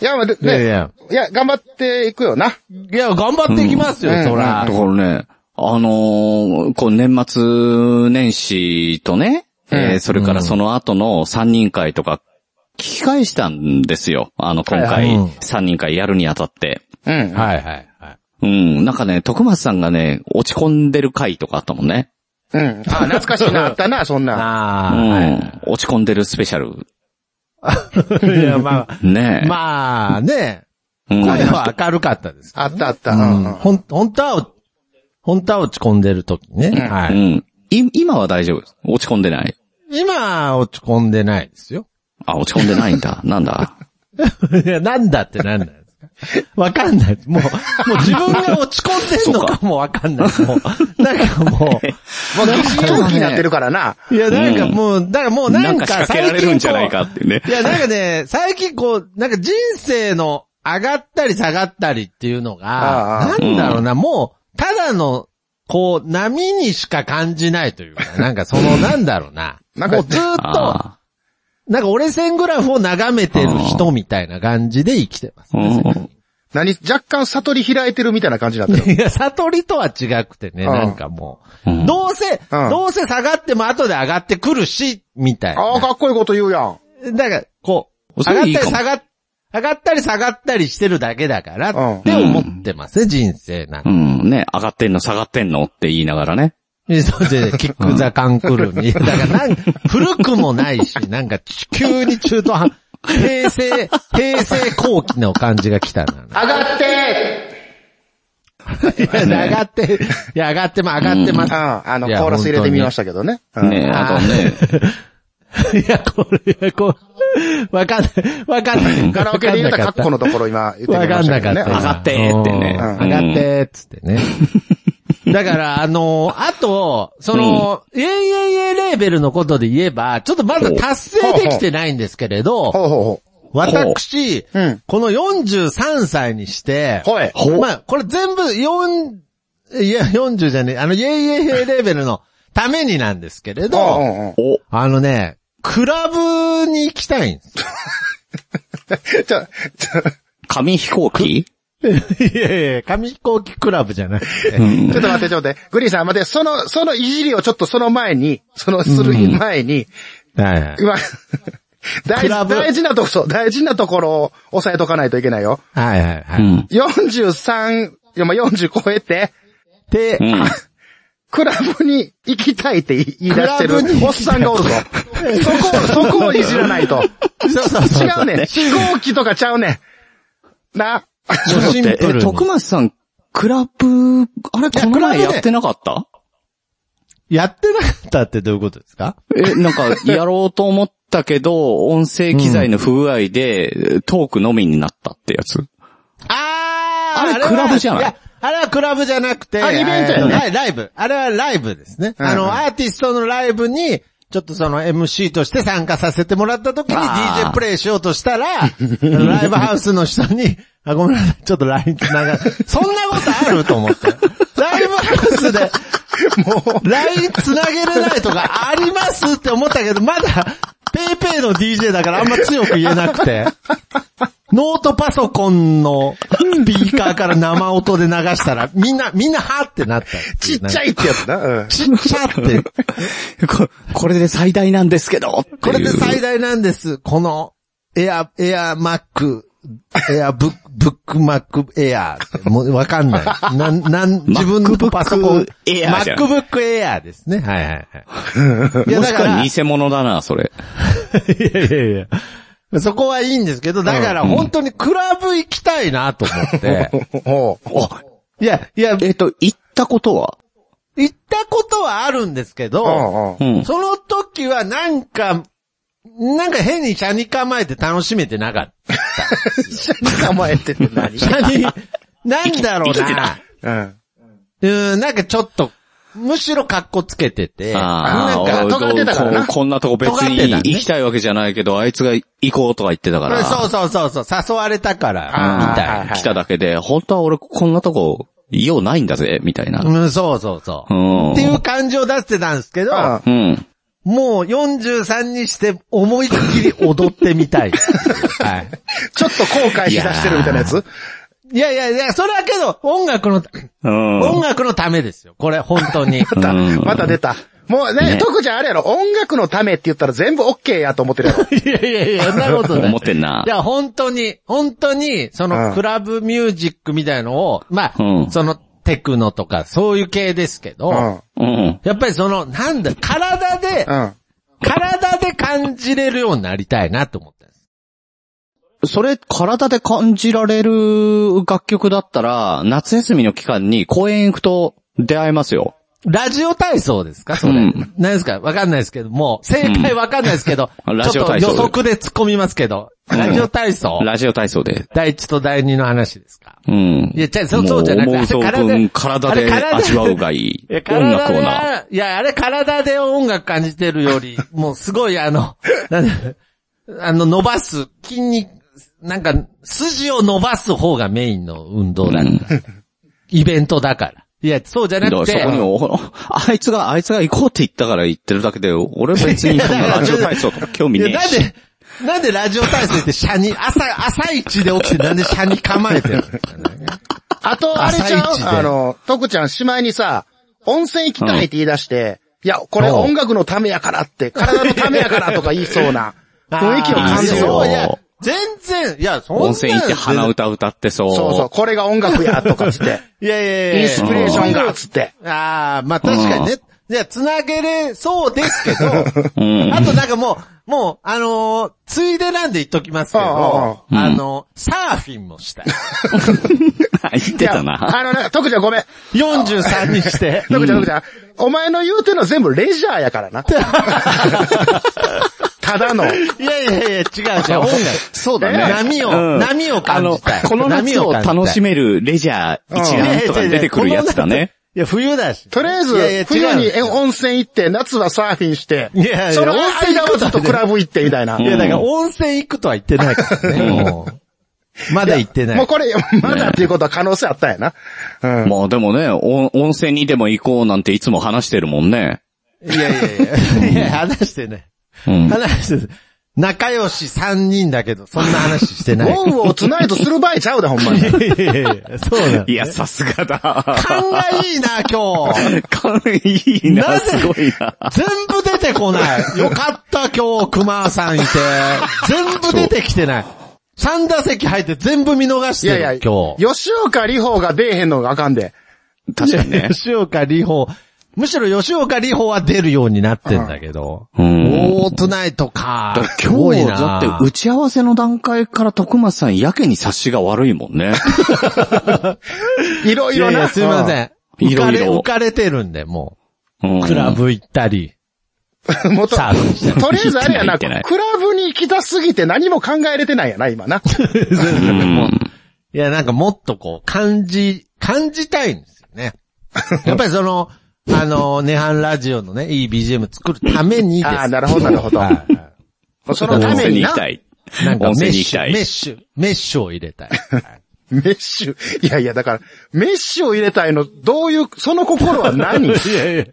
B: いや、まあで
C: いやい
B: ね。
C: や。
B: いや、頑張っていくよな。
C: いや、頑張っていきますよ、
B: うん
C: そら。
A: だからね、あのーこう年末年始とね、
B: うん
A: えーそれからその後の3人会とか、聞き返したんですよ。あの、今
C: はい
A: 回、
C: はいうん
A: 3人会やるにあたって。
B: うん。
C: はいはいはい。
A: うん、なんかね、徳松さんがね、落ち込んでる回とかあったもんね。
B: うん。あ、懐かしいな、あ ったな、そんな。
A: う
C: あ
A: ん、
C: あ、
A: 落ち込んでるスペシャル。
C: いや、まあ、
A: ねえ。
C: まあね、
A: うん
C: 声は明るかったです。
B: あったあった。
C: う
B: うん
C: ん。
B: うん。
C: ほん、本当は、本当は落ち込んでる時ね。
B: うん
C: は
A: う
C: い。
A: ん。い、今は大丈夫です。落ち込んでない。
C: 今、落ち込んでないですよ。
A: あ、落ち込んでないんだ。なんだ。
C: いや、なんだってなんなんですかわかんないです。もう、もう自分が落ち込んでんの
A: そう
C: かもわかんないです。もう、なんかも
B: もう疑心暗鬼になってるからな。
C: う、いや、なんかもう、だからもう
A: な
C: なんん
A: か
C: か
A: 仕
C: 最
A: 掛けら
C: 近こう
A: れるんじゃないかっていうね
C: い。や、なんかね、最近こう、なんか人生の上がったり下がったりっていうの
B: あああ
C: が、
B: あ
C: なんだろうな、もう、ただの、こう、波にしか感じないというか、なんかその、なんだろうな。
B: なんか
C: もうずーっと、
A: あ
C: なんか折れ線グラフを眺めてる人みたいな感じで生きてます、
A: ー
C: ね。
A: うん
B: 何、若干悟り開いてるみたいな感じにな ってる。
C: いや、悟りとは違くてね、
B: うん
C: なんかも
A: うん
C: う。どうせ、
B: うん
C: どうせ下がっても後で上がってくるし、みたいな。
B: ああ、かっこいいこと言うやん。
C: だから、こう、
A: そ
C: 上がっ
A: れ
C: た
A: いいか
C: り
A: も
C: 下がっ、上がったり下がったりしてるだけだから
B: うん
C: って思ってますね、人生なん
A: う
C: か。
A: ん、ね、上がってんの下がってんのって言いながらね。
C: そうで、キックザカンクルに。だからなん、古くもないし、なんか急に中途半、平成、平成後期の感じが来たな。
B: 上がって
C: いや上がって、いや、上がっても上がって
B: う
C: ま
B: ん、
C: す。
B: あの、
C: いや
B: コーラス入れてみましたけどね。うん
A: ねあとね、
C: いや、これ、こう、わかんない、わかんない。
B: カラオケで入れたカッコのところ今言ってみ
C: わ
B: ま
C: かん
B: した
C: な
B: け
C: か
B: ど
C: っ
B: ね。
C: た。
A: わか
B: あ
A: んなかったよ今上がってーってね
C: うん上がってーっつって ね。だから、あのーあと、その、イェイイェイイェイレーベルのことで言えば、ちょっとまだ達成できてないんですけれど、
B: ほうほうほ
C: 私、
B: う。うん。
C: この43歳にして、
B: ほい。
C: まあ、これ全部4、いや、40じゃねえ、あの、イェイイェイイェイレーベルのためになんですけれど、
B: うんうんうん
A: お、
C: あのね、クラブに行きたいんです。
B: ちょ、ちょ、ちょっ
A: 紙飛行機
C: いやいや、紙飛行機クラブじゃなくて。
A: うん
B: と待って、ちょっと待って。グリーンさん、待って、その、そのいじりをちょっとその前に、そのする前に、
C: はいはい。
B: 今、大
C: ク
B: 事
C: ラブ
B: 大事なところ、大事なところを押さえとかないといけないよ。
C: はいはいは
A: う
C: い。
A: ん。
B: 43、いやまあ40超えて、
C: で
A: う、ん。
B: クラブに行きたいって言い言い出してる
C: クラブに行きたい
B: おっさんがおるぞ。そこを、そこをいじらないと。
C: そうそうそう。
B: 違うねん。飛行機とかちゃうねん。な。
A: ちょっと待
C: シ
A: っ
C: ン
A: て
C: プル
A: え、
C: に
A: 徳松さん、クラブ、あれ、この前
C: クラブね
A: やってなかった
C: やってなかったってどういうことですか
A: え、なんか、やろうと思ったけど、音声機材の不具合で、トークのみになったってやつ。
C: あ
A: ーあれ
C: は
A: クラブじゃない
C: やあれはクラブじゃなくて、
B: あイベントやね
C: はい、ライブ。あれはライブですね。
B: うん
C: あの、アーティストのライブに、ちょっとその MC として参加させてもらった時に
A: あー
C: DJ プレイしようとしたら、あのライブハウスの人に、あ、ごめんなさい、ちょっと LINE 繋がる。そんなことあると思 って。ライブハウスで、
B: も
C: LINE 繋げれないとかありますって思ったけど、まだ、ペイペイの DJ だからあんま強く言えなく て、ノートパソコンのスピーカーから生音で流したら、みんな、みんなはーってなったっていう。
B: う、ちっちゃ
C: い。
B: いってやつな。うん。
C: ちっちゃって。
A: ここれで最大なんですけど、
C: これで最
A: 大。
C: 大なんです。この、エア、エアマック、エアブック、ブックマックエアーって。もうわかんない。なん、なん、自分のパソコン。
A: MacBook Air じゃん
C: MacBook Air ですね。はいはい はい。いや
A: も
C: だ
A: し
C: か
A: くは
C: ら、
A: 偽物だな、それ。
C: いやいやいや。そこはいいんですけど、だから本当にクラブ行きたいなと思って。
B: おう
A: あ、
C: いや、いや、
A: えっと、行ったことは
C: 行ったことはあるんですけど、
B: おうおう
A: うん。
C: その時はなんか、なんか変に車に構えて楽しめてなかっ
B: 捕まえてて何
C: た。車に、なんだろうな。
B: うん。
C: うん、なんかちょっと、むしろ格好つけてて、
B: あ
A: あ
B: ー
A: あ、
B: なんか尖ってたからな
A: ここんなとこ別
C: 尖って
A: に
C: たね
A: 行きたいわけじゃないけど、あいつが行こうとか言ってたから、
C: そうそうそうそう、誘われたから、
B: あー
C: み
B: はい
C: た
B: はいい
C: な。
A: 来ただけで、本当は俺こんなとこ、用ないんだぜ、みたいな。
C: うん、そうそうそう。
A: うん。
C: っていう感じを出してたんですけど、
B: あ
A: うん。
C: もう43にして思いっきり踊ってみたい。はい。
B: ちょっと後悔しだしてるみたいなやつ
C: いやいやいや、それはけど、音楽の、
A: うん。
C: 音楽のためですよ。これ、本当に。
B: また、
A: うん
B: また出た。もうね、
A: ね
B: 徳ちゃんあれやろ、音楽のためって言ったら全部オッケーやと思ってるやろ。
C: いやいやいや、そんなことない。。
A: 思ってんない
C: や、本当に、本当に、そ
B: うん
C: の、クラブミュージックみたいのを、ま
A: う
C: あ、
A: ん
C: その、テクノとか、そういう系ですけど、
B: う
A: う
B: ん。
A: ん。
C: やっぱりその、なんだ、体で、
B: うん。
C: 体で感じれるようになりたいなと思ったんです。
A: それ、体で感じられる楽曲だったら、夏休みの期間に公園行くと出会えますよ。
C: ラジオ体操ですかそ
A: う
C: れ。何
A: ん
C: ですかわかんないですけども、正解わかんないですけど、
A: うん ラ
C: ち
A: ジ
C: ょ
A: オ
C: っと
A: 体
C: 予
A: 操
C: 測で突っ込みますけど、ラジオ体操
A: ラジオ体操で。
C: 第一と第二の話ですか
A: うん。
C: いや、じゃあそう、そうじゃなくて、
A: もう
C: あれ
A: 思う存分体
C: あれ
A: で
C: 体
A: 味わうがいい
C: いや、。
A: 音
C: 体
A: 楽をな。
C: で、いや、あれ体で音楽感じてるより、もうすごいあの、 なんだあの、伸ばす、筋肉、なんか、筋を伸ばす方がメインの運動だ。
A: うん
C: イベントだから。いや、そうじゃ
A: だ
C: な
A: から
C: く
A: そ
C: て
A: こ、にお、あいつが、あいつが行こうって言ったから行ってるだけで、俺別にそんなラジオ体操とか興味
C: い
A: ね
C: や、
A: え
C: なん
A: し。
C: で、なんでラジオ体操って社に、朝、朝一で起きてなんで社に構えて るんですかね。
B: あと、あれちゃ
C: 朝一で
B: んあの、徳ちゃんしまいにさ、温泉行きたいって言い出して、いや、これ音楽のためやからって、体のためやからとか言いそうな、雰囲気を感じ
A: いいです
B: そ
A: よ
B: う。
C: いや、全然、いや、そんな
A: 温泉行って鼻歌歌ってそう。
B: そうそう、これが音楽やとかつって、
C: いやいやいやい
B: イ
C: や
B: ンスピレーションがつって。
C: ああ、まあ確かにね。じゃあ、繋げれそうですけど、
A: うん。
C: あとなんかもう、もう、あのーついでなんで言っときますけど、あ
A: うん
C: のーサーフィンもしたい。
A: 言ってた
B: いや
A: な。
B: あのね、徳ちゃんごめん。
C: 43 にして。
B: 徳ちゃん、徳ちゃん。お前の言うてんのは全部レジャーやから な。ただの。
C: いやいやいや、違う違う、音楽。
B: そうだね。
C: 波を、
A: うん
C: 波を感じたい。
A: この夏を楽し
C: め
A: めるレジャー一覧とかに出てくるやつだね。。
C: いや、冬だし。
B: とりあえず
C: いやいや違う、
B: 冬に温泉行って、夏はサーフィンして、
C: いやいや
B: その
C: 温泉
B: 間
C: 行く
B: はずっとクラブ行ってみたいな。
C: いや、だから温泉行くとは言ってないからね。もうまだ行ってない。
B: もうこれ、まだっていうことは可能性あったんやな。うん。
A: まあでもね、お温泉にでも行こうなんていつも話してるもんね。
C: いやいやいや、いや、話してない。
A: うん。
C: 話してない。仲良し3人だけど、そんな話して
B: ウ
C: ない。
B: ォンを繋いとする場合ちゃうで、ほんまに。
C: いやいやいやそうなの。
A: いや、さすがだ。
C: 勘がいいな、今日。
A: 勘いいな、
C: なぜ
A: すごいな。
C: 全部出てこない。よかった、今日、熊さんいて。全部出てきてない。3打席入って全部見逃し
B: い
C: てる、
B: やいや、
C: 今日。
B: 吉岡里帆が出えへんのがあかんで。
A: 確かに ね。
C: 吉岡里帆。むしろ吉岡里帆は出るようになってんだけど。
A: うん。
C: オートナイトか。す
A: 今
C: ごい
A: 日、
C: な
A: だって打ち合わせの段階から徳松さんやけに察しが悪いもん ね。
B: いろい
C: いや
B: ろ
C: い
B: な。
C: や、すいま
B: う
C: せん。
A: い
C: 浮
A: ろ
C: か
A: い
C: れ、
A: ろ
C: 浮かれてるんで、も
A: うん
C: う。クラ。ブ行ったり。
B: ん。もうと
C: サーフィンして
B: とりあえずあれや
A: 行
B: な、
A: ってない
B: クラブに行きたすぎて何も考えれてないやな、今 な。
A: うん。
C: いや、なんかもっとこう、感じ、感じたいんですよね。やっぱりその、あの、ネハンラジオのね、いい BGM 作るためにです。
B: ああ、なるほど、なるほど。
C: はいはい
B: そのた
A: 温
B: め
A: 泉に
B: に
A: 行
B: な
A: き。たい。
C: なんか
A: 温泉
C: メッ
A: に行き
C: シ
A: た
C: ュ、
A: い
C: メッシュ、メッシュを入れたい。はい
B: メッシュ。いやいや、だから、メッシュを入れたいの、どういう、その心は 何
C: いやいや、い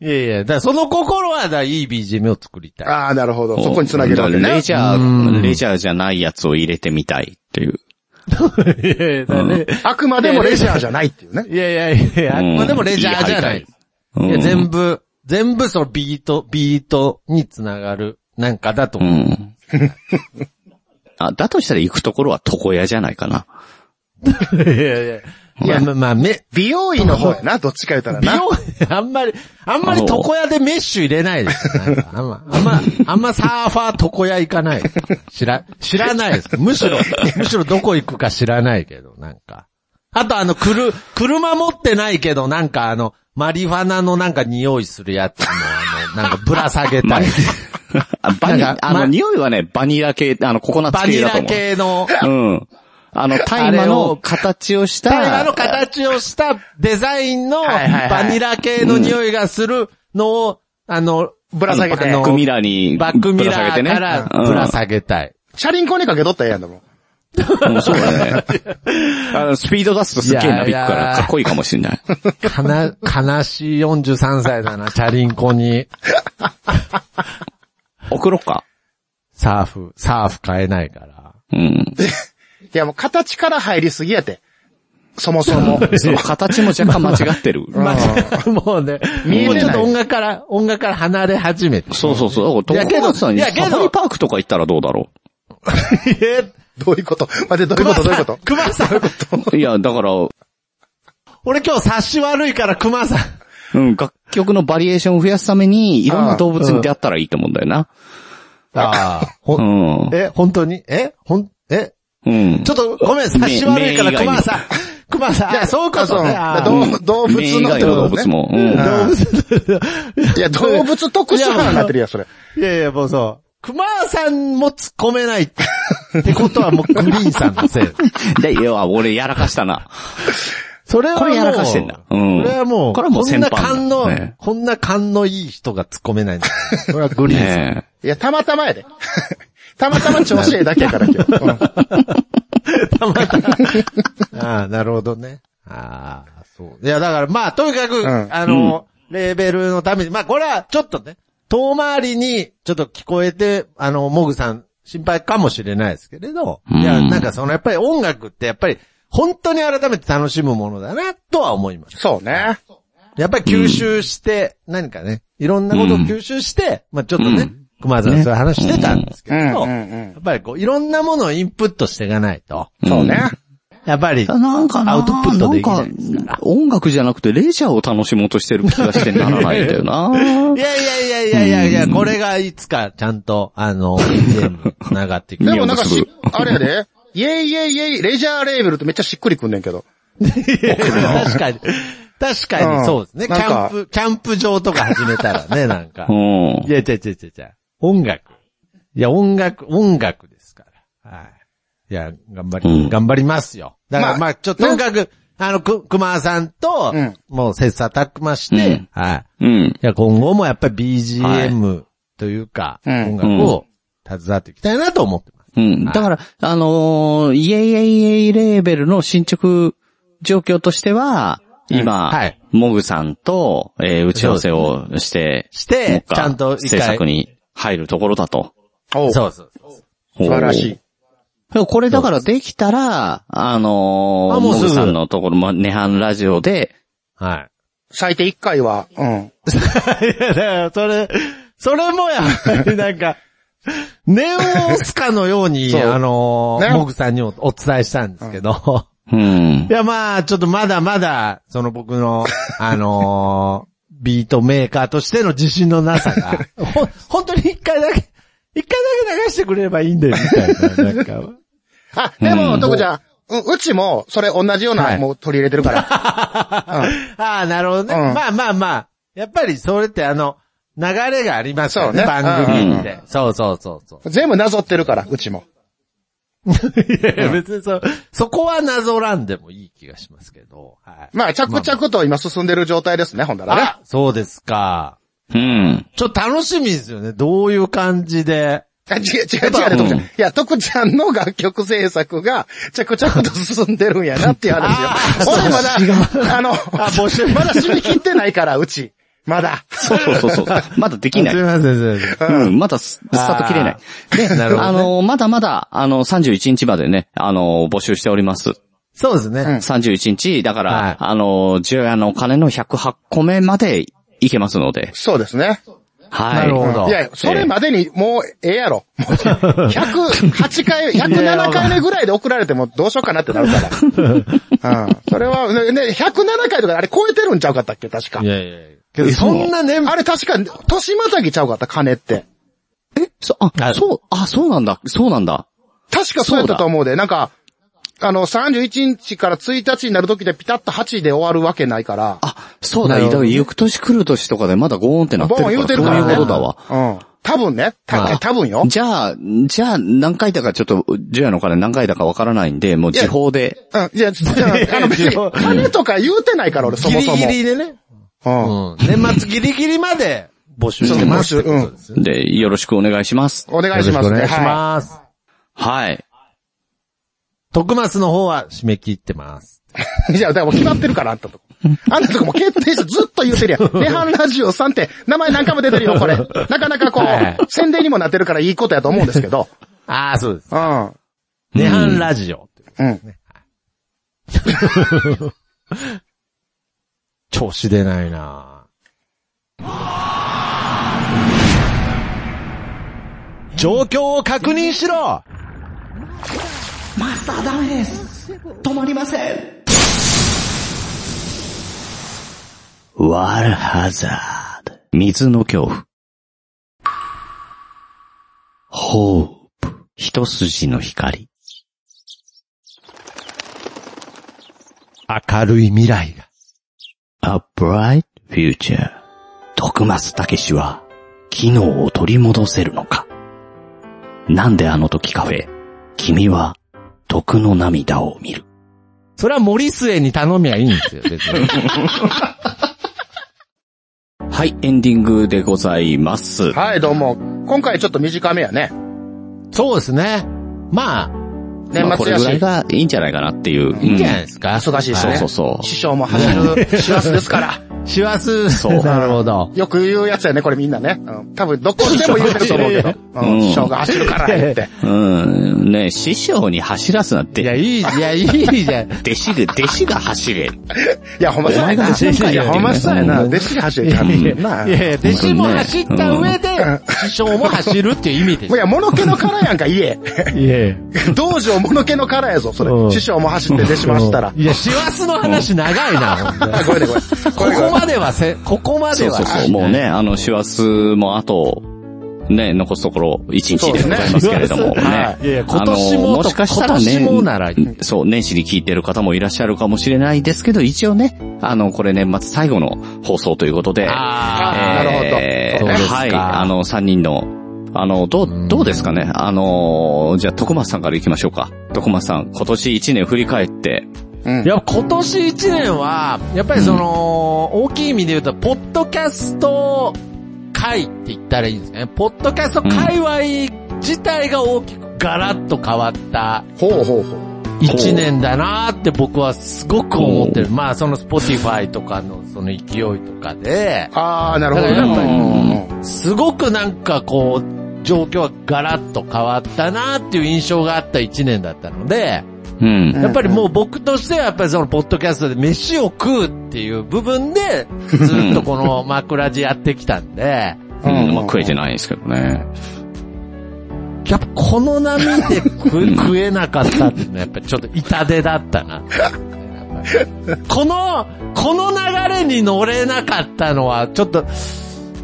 C: やいや、だからその心は、だからいい BGM を作りたい。
B: ああ、なるほど。そこに繋げるわけ
A: だから
B: ね
A: レ。ジャー、レジャーじゃないやつを入れてみたいっていう。
C: いやいや、だからね
B: あくまでもレジャーじゃないっていうね。
C: いやいやいやいや、あ
A: うん
C: くまでもレジャーじゃない。
A: いい
C: いや、
A: 部。
C: 全部、全部そのビート、ビートにつながる、なんかだと
A: う
C: 思う。
A: ん。あ、だとしたら行くところは床屋じゃないかな。
C: いやいや。いや、まあまあ、め、
B: 美容院の方やな、どっちか言ったら
C: 美
B: な。
C: 容、 あんまり、あんまり床屋でメッシュ入れないです。なんかあんま、あんま、あんまサーファー床屋行かない。知ら、知らないです。むしろ、むしろどこ行くか知らないけど、なんか。あとあの、くる、車持ってないけど、なんかあの、マリファナのなんか匂いするやつも、あの、なんかぶら下げ たり。
A: あバニ
C: な
A: ラ、
C: ん か
A: あの、
C: ま
A: 匂いはね、バニラ系、あの、ココナッ
C: バ
A: ツ
C: ニ
A: 系だ
C: ラ
A: と思う。
C: 系の、
A: うん。あの、大麻の形をした、
C: タイガーの形をしたデザインの
B: はいはいはい
C: バニラ系の匂いがするのを、あの、
B: ぶら下げて
C: あ
A: バ
C: の
A: ックミラーに、
C: バックミ
A: ぶら
C: ラ
A: 下げて
C: ー
A: ね
C: から
A: うん
C: ぶら下げたい。
B: チャリンコにかけとったらええやんだもん。
A: もうそうだ ね。あの、スピード出すとすっげえなびくか
C: いやい
A: ら、
C: や
A: かっこいいかもしんない。
C: かな、悲しい43歳だな、チャリンコに。
A: 送ろっか。
C: サーフ、サーフ買えないから。
A: うん。
B: いやもう形から入りすぎやて。そもそも。
A: その形も若干間違ってる。
C: まあ、もうね、
B: 見えてな
C: もう
B: い
C: ちょっと音楽から、音楽から離れ始めて。
A: そうそうそう。
C: い
A: だから、
C: や
A: ト
C: け
A: コ
C: ど
A: さんに
C: い
A: サ
C: やけど
A: ファリパークとか行ったらどうだろ
C: え
B: どういうこと待って、どういうことどういうこと
C: 熊さん、熊さん
A: う。いや、だから、
C: 俺今日察し悪いから熊さん。
A: うん、楽曲のバリエーションを増やすために、いろんな動物に出会ったらいいと思うんだよな。
C: ああ、ほ
A: う、ん。
C: え、本当にえ、ほん、え、
A: うん
C: ちょ。っとごめん、察し悪いから
A: 目目以外に
C: 熊さん。熊さん、あそういうことね。あ
B: そう
C: ー
B: 動動物
A: 目以
B: のっ
A: 外
B: て
A: の動
B: こと
A: 物
B: ね。
A: も。うん。
C: 動物
B: いや、動物特殊派になってるやん、それ。
C: いやいや、もうそう。熊さんも突っ込めないってことはもうグリーンさんのせい。
A: で、いや、俺やらかしたな。
C: それはもう。
A: これやらかしてんだうん
C: それはもう、
A: これはもう
C: こん
A: 先
C: な
A: 輩だ
C: 勘の、
A: ね
C: こんな勘のいい人が突っ込めないんだ。これはグリーンさん。
A: ね
B: いや、たまたまやで。 たまたま調子ええだけやから今日。うん
C: たまたま。 ああ、なるほどね。ああ、そう。いや、だからまあ、とにかく、
B: ん
C: あの、レーベルのために、まあ、これはちょっとね、遠回りに、ちょっと聞こえて、あの、モグさん、心配かもしれないですけれど、
A: うん
C: いや、なんかその、やっぱり音楽って、やっぱり、本当に改めて楽しむものだな、とは思います。
B: そうね。
C: やっぱり吸収して、何かね、いろんなことを吸収して、まあ、ちょっとね、
A: うん
C: 熊さんそういう話してたんですけ
B: う
C: ど、
B: ん、う
C: や
B: ん、
C: っぱりこう、いろんなものをインプットしていかないと。
B: うん。そうね。
C: やっぱり、
A: なんかな、
C: アウトプットできないです。
A: なんか、音楽じゃなくてレジャーを楽しもうとしてる気がしてならないんだよない
C: やいやいやいやいやいや、これがいつかちゃんと、あの、ゲーム、繋がっていく
B: で
C: る。
B: もなんか
A: 匂い
B: し
A: も、
B: あれやで、イェイイェイイェイ、レジャーレーベルってめっちゃしっくりくんねんけど。
C: 確かに。確か
B: うん
C: に、そうですね。キ
B: なんか
C: ャンプ、キャンプ場とか始めたら ね、なんか
A: う。ん。
C: いや、違う違う違う違う。音楽。いや、音楽、音楽ですから。はい。いや、頑張り、
A: うん
C: 頑張りますよ。だから、
B: まあ
C: まあ、ちょっと、とにかく、あの、く、熊さんと、
B: うん
C: もう切磋琢磨し
A: う
C: て
A: ん、
C: はい。
A: うん。
C: いや、今後もやっぱり
A: は
C: BGM というか、
B: うん
C: 音楽を携わっていきたいなと思ってます。
A: うん。だから、あのー、イエイイエイイエイレーベルの進捗状況としては、今、
C: うんはい
A: モグさんと、えー打ち合わせをして、
C: して
A: もう一回
C: ちゃんと一
A: 制
C: 回
A: 作に入るところだと。
B: おう素
C: そうそうそう。
B: 晴らし
A: おー
B: い。。
A: でもこれだからできたら、あのー、
C: あ
A: モ
C: もうすぐ
A: グさんのところ、ま、ネハンラジオで、
C: は
B: 最低1回は、うん。
C: い。いや、だから、それ、それもやっぱりなんか、ネオオスカのように、
B: そう
C: あのー、
B: ね
C: モグさんにもお伝えしたんですけど、
A: うん
C: い。や、まあ、ちょっとまだまだ、その僕 の、あのー、ビートメーカーとしての自信のなさが、 ほん、本当に一回だけ、一回だけ流してくれればいいんだよ、みたいな、なんか。
B: あ、で
A: う
B: も、
A: ん
B: とこちゃん、う、うちも、それ同じよう
C: は
B: な、
C: い
B: もう取り入れてるから。
C: ああ、なるほどね。
B: うん
C: まあまあまあ。やっぱりそれってあの、流れがありますよね、
B: そうね
C: 番組って。そうそうそう そう。
B: 全部なぞってるから、うちも。
C: いやいや、別にそ、そこはなぞらんでもいい気がしますけど。はい。
B: まあ、着々と今進んでる状態ですね、ほんだらね。
C: あ、そうですか。
A: うん。
C: ちょっと楽しみですよね。どういう感じで。
B: あ違う違う違
A: う
B: うね、
A: ん
B: 徳ちゃん。いや、徳ちゃんの楽曲制作が着々と進んでるんやなっていう話よ。俺まだ、あの、
C: 募集
B: まだ締め切ってないから、うち。まだ。
A: そうそうそうそう。まだできな
C: すい
A: い。
C: ません、すいません。
A: うん。まだススタート切れない。
C: い。ね、なるほ
A: あ
C: ど、ね。
A: の、まだまだ、あの、31日までね、あの、募集しております。
C: そうですね。
B: ん
A: 31日、だから、
C: はい
A: あの、ジュアの鐘の108個目までいけますので。
B: そうですね。
A: はい。
C: なるほど
B: いや、それまでにもうええやろ。もう108回、107回目ぐらいで送られてもどうしようかなってなる から。うん。それは、ねね、107回とかあれ超えてるんちゃうかったっけ確か
C: い。やいやいや。けど、そんな年、
B: あれ確か、年またぎちゃうかった、金って。
A: え、そ、あ、
C: はい
A: そう、あ、そうなんだ、そうなんだ。
B: 確かそうやったと思うで、なんか、あの、31日から1日になる時でピタッと8で終わるわけないから、
A: あ、そうだ、
C: な
A: だ
C: るほ
A: か
C: ど
A: ら、ゆく年来る年とかでまだゴーンってなってる
B: ボ
A: か
B: ン
A: ら、
B: 言うてるから、ね。
A: そういうことだわ。
B: うん。多分ね、
A: は
B: た
A: い
B: 多分よ。
A: じゃあ、じゃあ何回だかちょっと、ジュアのお金何回だかわからないんで、もう時報で。
B: うん、いや、じゃあ、あの別に、金とか言うてないから、俺、そ
C: ギ
B: も
C: リ
B: そも。
C: ギリでね。
B: うん。
C: うん。年末ギリギリまで募集してますってことですよね。
A: で、よろしくお願いします。
B: お願いしますね。
C: よろくお願いし
B: は
C: ます。
A: はい。
C: 徳松の方は締め切ってます。
B: い。い や、だからもう決まってるから、あんたとこ。あんたとこも決定してずっと言うてるやん。レハンラジオさんって、名前何回も出てるよ、これ。なかなかこ、
A: はいう
B: 宣伝にもなってるからいいことやと思うんですけど。
C: ああ、そうです。
B: うん。
C: ネハンラジオ。
B: うん。
C: 調子出ないなぁ状況を確認しろ
E: マスターダメです。止まりません。
A: ワールハザード。水の恐怖。ホープ。一筋の光。
C: 明るい未来が。
A: A bright future. 徳松武氏は、機能を取り戻せるのかなんであの時カフェ、君は、徳の涙を見る。
C: それは森末に頼みゃいいんですよ、別に。
A: はい、エンディングでございます。
B: はい、どうも。今回ちょっと短めやね。
C: そうですね。まあ、
B: 年
A: まあこ
B: 末
A: れぐ
B: や
A: らい
B: し、
A: がいいんじゃないかなっていう。
C: いいんじゃない
A: い
C: ですか。
B: 忙しいです
A: そう
B: ね
A: そうそ
B: 師匠も走る、師走ですから。
C: はい師走、
A: そう
C: なるほど。
B: よく言うやつやね、これみんなね。うん多分、どこでも言うてると 思うけど。
A: う
B: うんん師匠が走るから言 って。
A: う。うん。ねえ師匠に走らすなっ
C: いや、
A: て、
C: いい、いや、いいじゃん。
A: 弟子が、弟子が走れ。
B: いや、ほんまそうやな。
A: お前が
B: いや、ほんまそうやな。
A: うん
B: 弟子が走るから。
A: うん
B: ない
C: やいや、弟子も走った上で、師匠も走るっていう意味で
B: いや、ものけの殻やんか、 家。
C: す。いやい
B: 道場ものけの殻やぞ、そ
C: うん
B: れ。師匠も走って弟子も走ったら。
C: や、師走の話長いな、ほんで
B: あ、ごめんね、ごめん。
C: ここまではせ、ここま
A: そ
C: で
A: う
C: は。
A: そうそう。もうね、あの、師走もあと、ね、残すところ1日でございますけれども、
B: そうですね
A: ね
B: は。
C: いやいや今年も
A: あのもしかしたらね、
C: 今年もなら
A: そう、年始に聞いてる方もいらっしゃるかもしれないですけど、一応ね、あの、これ年末最後の放送ということで、
C: あ
B: なるほど
A: えー
C: そうですか
A: はい、あの、3人の、あの、どう、どうですかねあの、じゃあ、徳松さんから行きましょうか。徳松さん、今年1年振り返って、
B: うん
C: ーいや、今年一年は、やっぱりその、大きい意味で言うと、ポッドキャスト界って言ったらいいんですね。ポッドキャスト界隈自体が大きくガラッと変わった
B: ほうほうほ
C: 一年だなーって僕はすごく思ってる。まあそのスポティファイとかのその勢いとかで、
B: う。あー、なるほどね。や
C: だか
B: っ
C: ら
B: ぱり
A: やっぱり
B: うんうんうん
C: すごくなんかこう、状況はガラッと変わったなーっていう印象があった一年だったので、
A: うん。
C: やっぱりもう僕としてはやっぱりそのポッドキャストで飯を食うっていう部分で、ずっとこの枕地やってきたんで、
A: うん、まあ、食えてないですけどね。
C: やっぱこの波で食食えなかったっていうのはやっぱりちょっと痛手だったな。この、この流れに乗れなかったのは、ちょっと、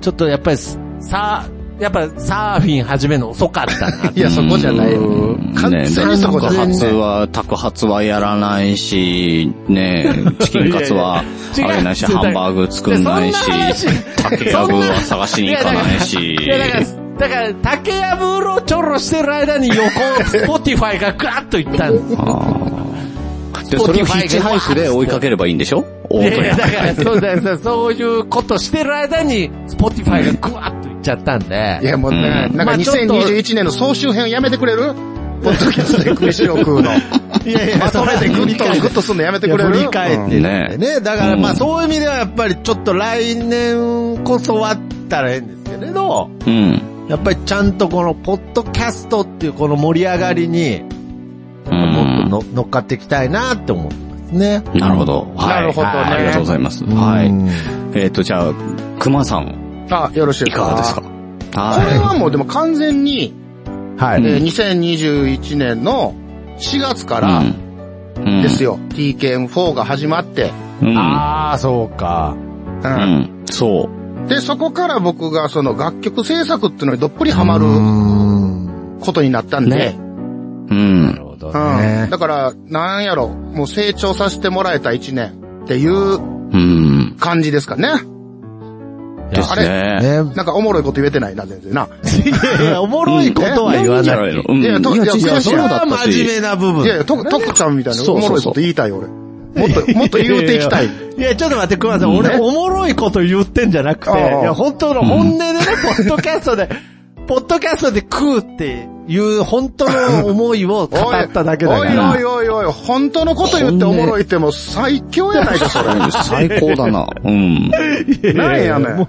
C: ちょっとやっぱりす、さ、やっぱサーフィン始めるの遅かったな。
B: いや、そこじゃないよ。
A: うん
B: 完全
A: ね
B: にそこじゃ
A: 宅
B: ない。
A: 発は、宅発はやらないし、ねチキンカツは
C: いや
A: あ
C: いや
A: げないし、
C: 違う
A: ハンバーグ作んないし
C: いやそんな、
A: 竹やぶは探しに行かないし。
C: いや、だから、だから、竹やぶうろちょろしてる間に横、スポティファイがガーッと行ったんです。
A: で、それをヒッチハイクで追いかければいいんでしょ大
C: いやい
A: 鳥。
C: やだから、そうだよ、そういうことしてる間に、スポティファイがグワッと行っちゃったん
B: い
C: で、
B: や、もうね、
A: うん
B: なんか
C: まあちょっと
B: 2021年の総集編やめてくれるポッドキャストで飯を食うの。いやいや、まとめてグッと、グッとすんのやめてくれる
C: いや振り返って
B: うん
A: ね
C: ね、だからま
A: う
C: あ
A: ん
C: そういう意味ではやっぱりちょっと来年こそはったらええんですけれど、
A: うん。
C: やっぱりちゃんとこのポッドキャストっていうこの盛り上がりに、やっぱもっとの乗っかっていきたいなって思ってますね。
A: なるほど。はい。
B: なるほどね
A: はいありがとうございます。は
C: う
A: い。
C: ん
A: えっと、じゃあ、熊さん、
B: あ、よろしい
A: い
B: です
A: か
B: か
A: がですか
B: これ
A: は
B: はもうでも完全に、
C: は
B: え
C: い。
B: ー2021年の4月か
A: い。
B: ら
A: うん
B: ですよ、TKM4 が始まって、
A: うん。
C: ああ、そうか。
B: う
A: うんん。そう。
B: で、そこから僕がその楽曲制作っていうのにどっぷりハマ
C: う
B: る
C: ん。
B: ことになったんで、
A: ねう。
C: なんるほど
B: うん、
C: ね。
B: だから、なんやろ、もう成長させてもらえた1年っていう
A: うん。
B: 感じですかね。
A: です
B: あ
A: ね。
B: なんかおもろいこと言えてないな、全然な。
C: いや、おもろいことは言わ
A: じゃ
C: な
A: ない
C: い
A: の。。うん。
B: いやといや
A: いや
B: そ
A: そう
B: れ
A: だ
B: は
A: った
C: これは
A: し。
C: 真面目な部分。
B: いやいや、と、とくちゃんみたいな
A: そ
B: お
A: うそうそう
B: もろいこと言いたい、俺。 もっと、もっと言うていきたい。
C: いや、ちょっと待って、熊さん、
B: うん
C: 俺、
B: ね
C: おもろいこと言ってんじゃなくて、い
B: ああ
C: や、本当の本音でね、ポッドキャストで、ポッドキャストで食うっていう、本当の思いを語
B: おい
C: っただけだから。
B: おいおいおいおい、本当のこと言っておもろいってもう最強やないか、それ。
A: うん 最高だな。うん。
C: いやい
B: な
C: や
B: んやねん
C: も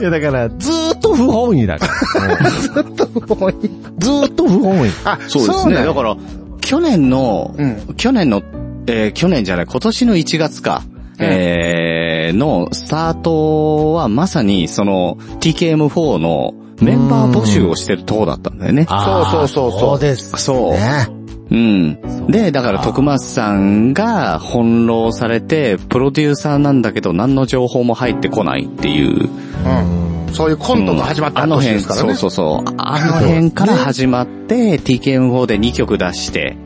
C: ういや、だから、ずーっと不本意だから。
B: ずっと思い。
C: ずーっと不本意。
B: あ、
A: そうですね。
B: なんや
A: だから、去年の、
B: うん
A: 去年の、えー去年じゃない、今年の1月か、えーのスタートはまさにその TKM4 のメンバー募集をしてるとこだったんだよね。
B: そうそうそうそう
C: そうです。
A: そう。
C: ね。
A: うん。で、だから徳松さんが翻弄されて、プロデューサーなんだけど何の情報も入ってこないっていう。
B: うん。そういうコントが始まった
A: あの
B: 年で
A: 辺、
B: すからね。
A: そうそうそう。あの辺から始まって、TKM4 で2曲出して、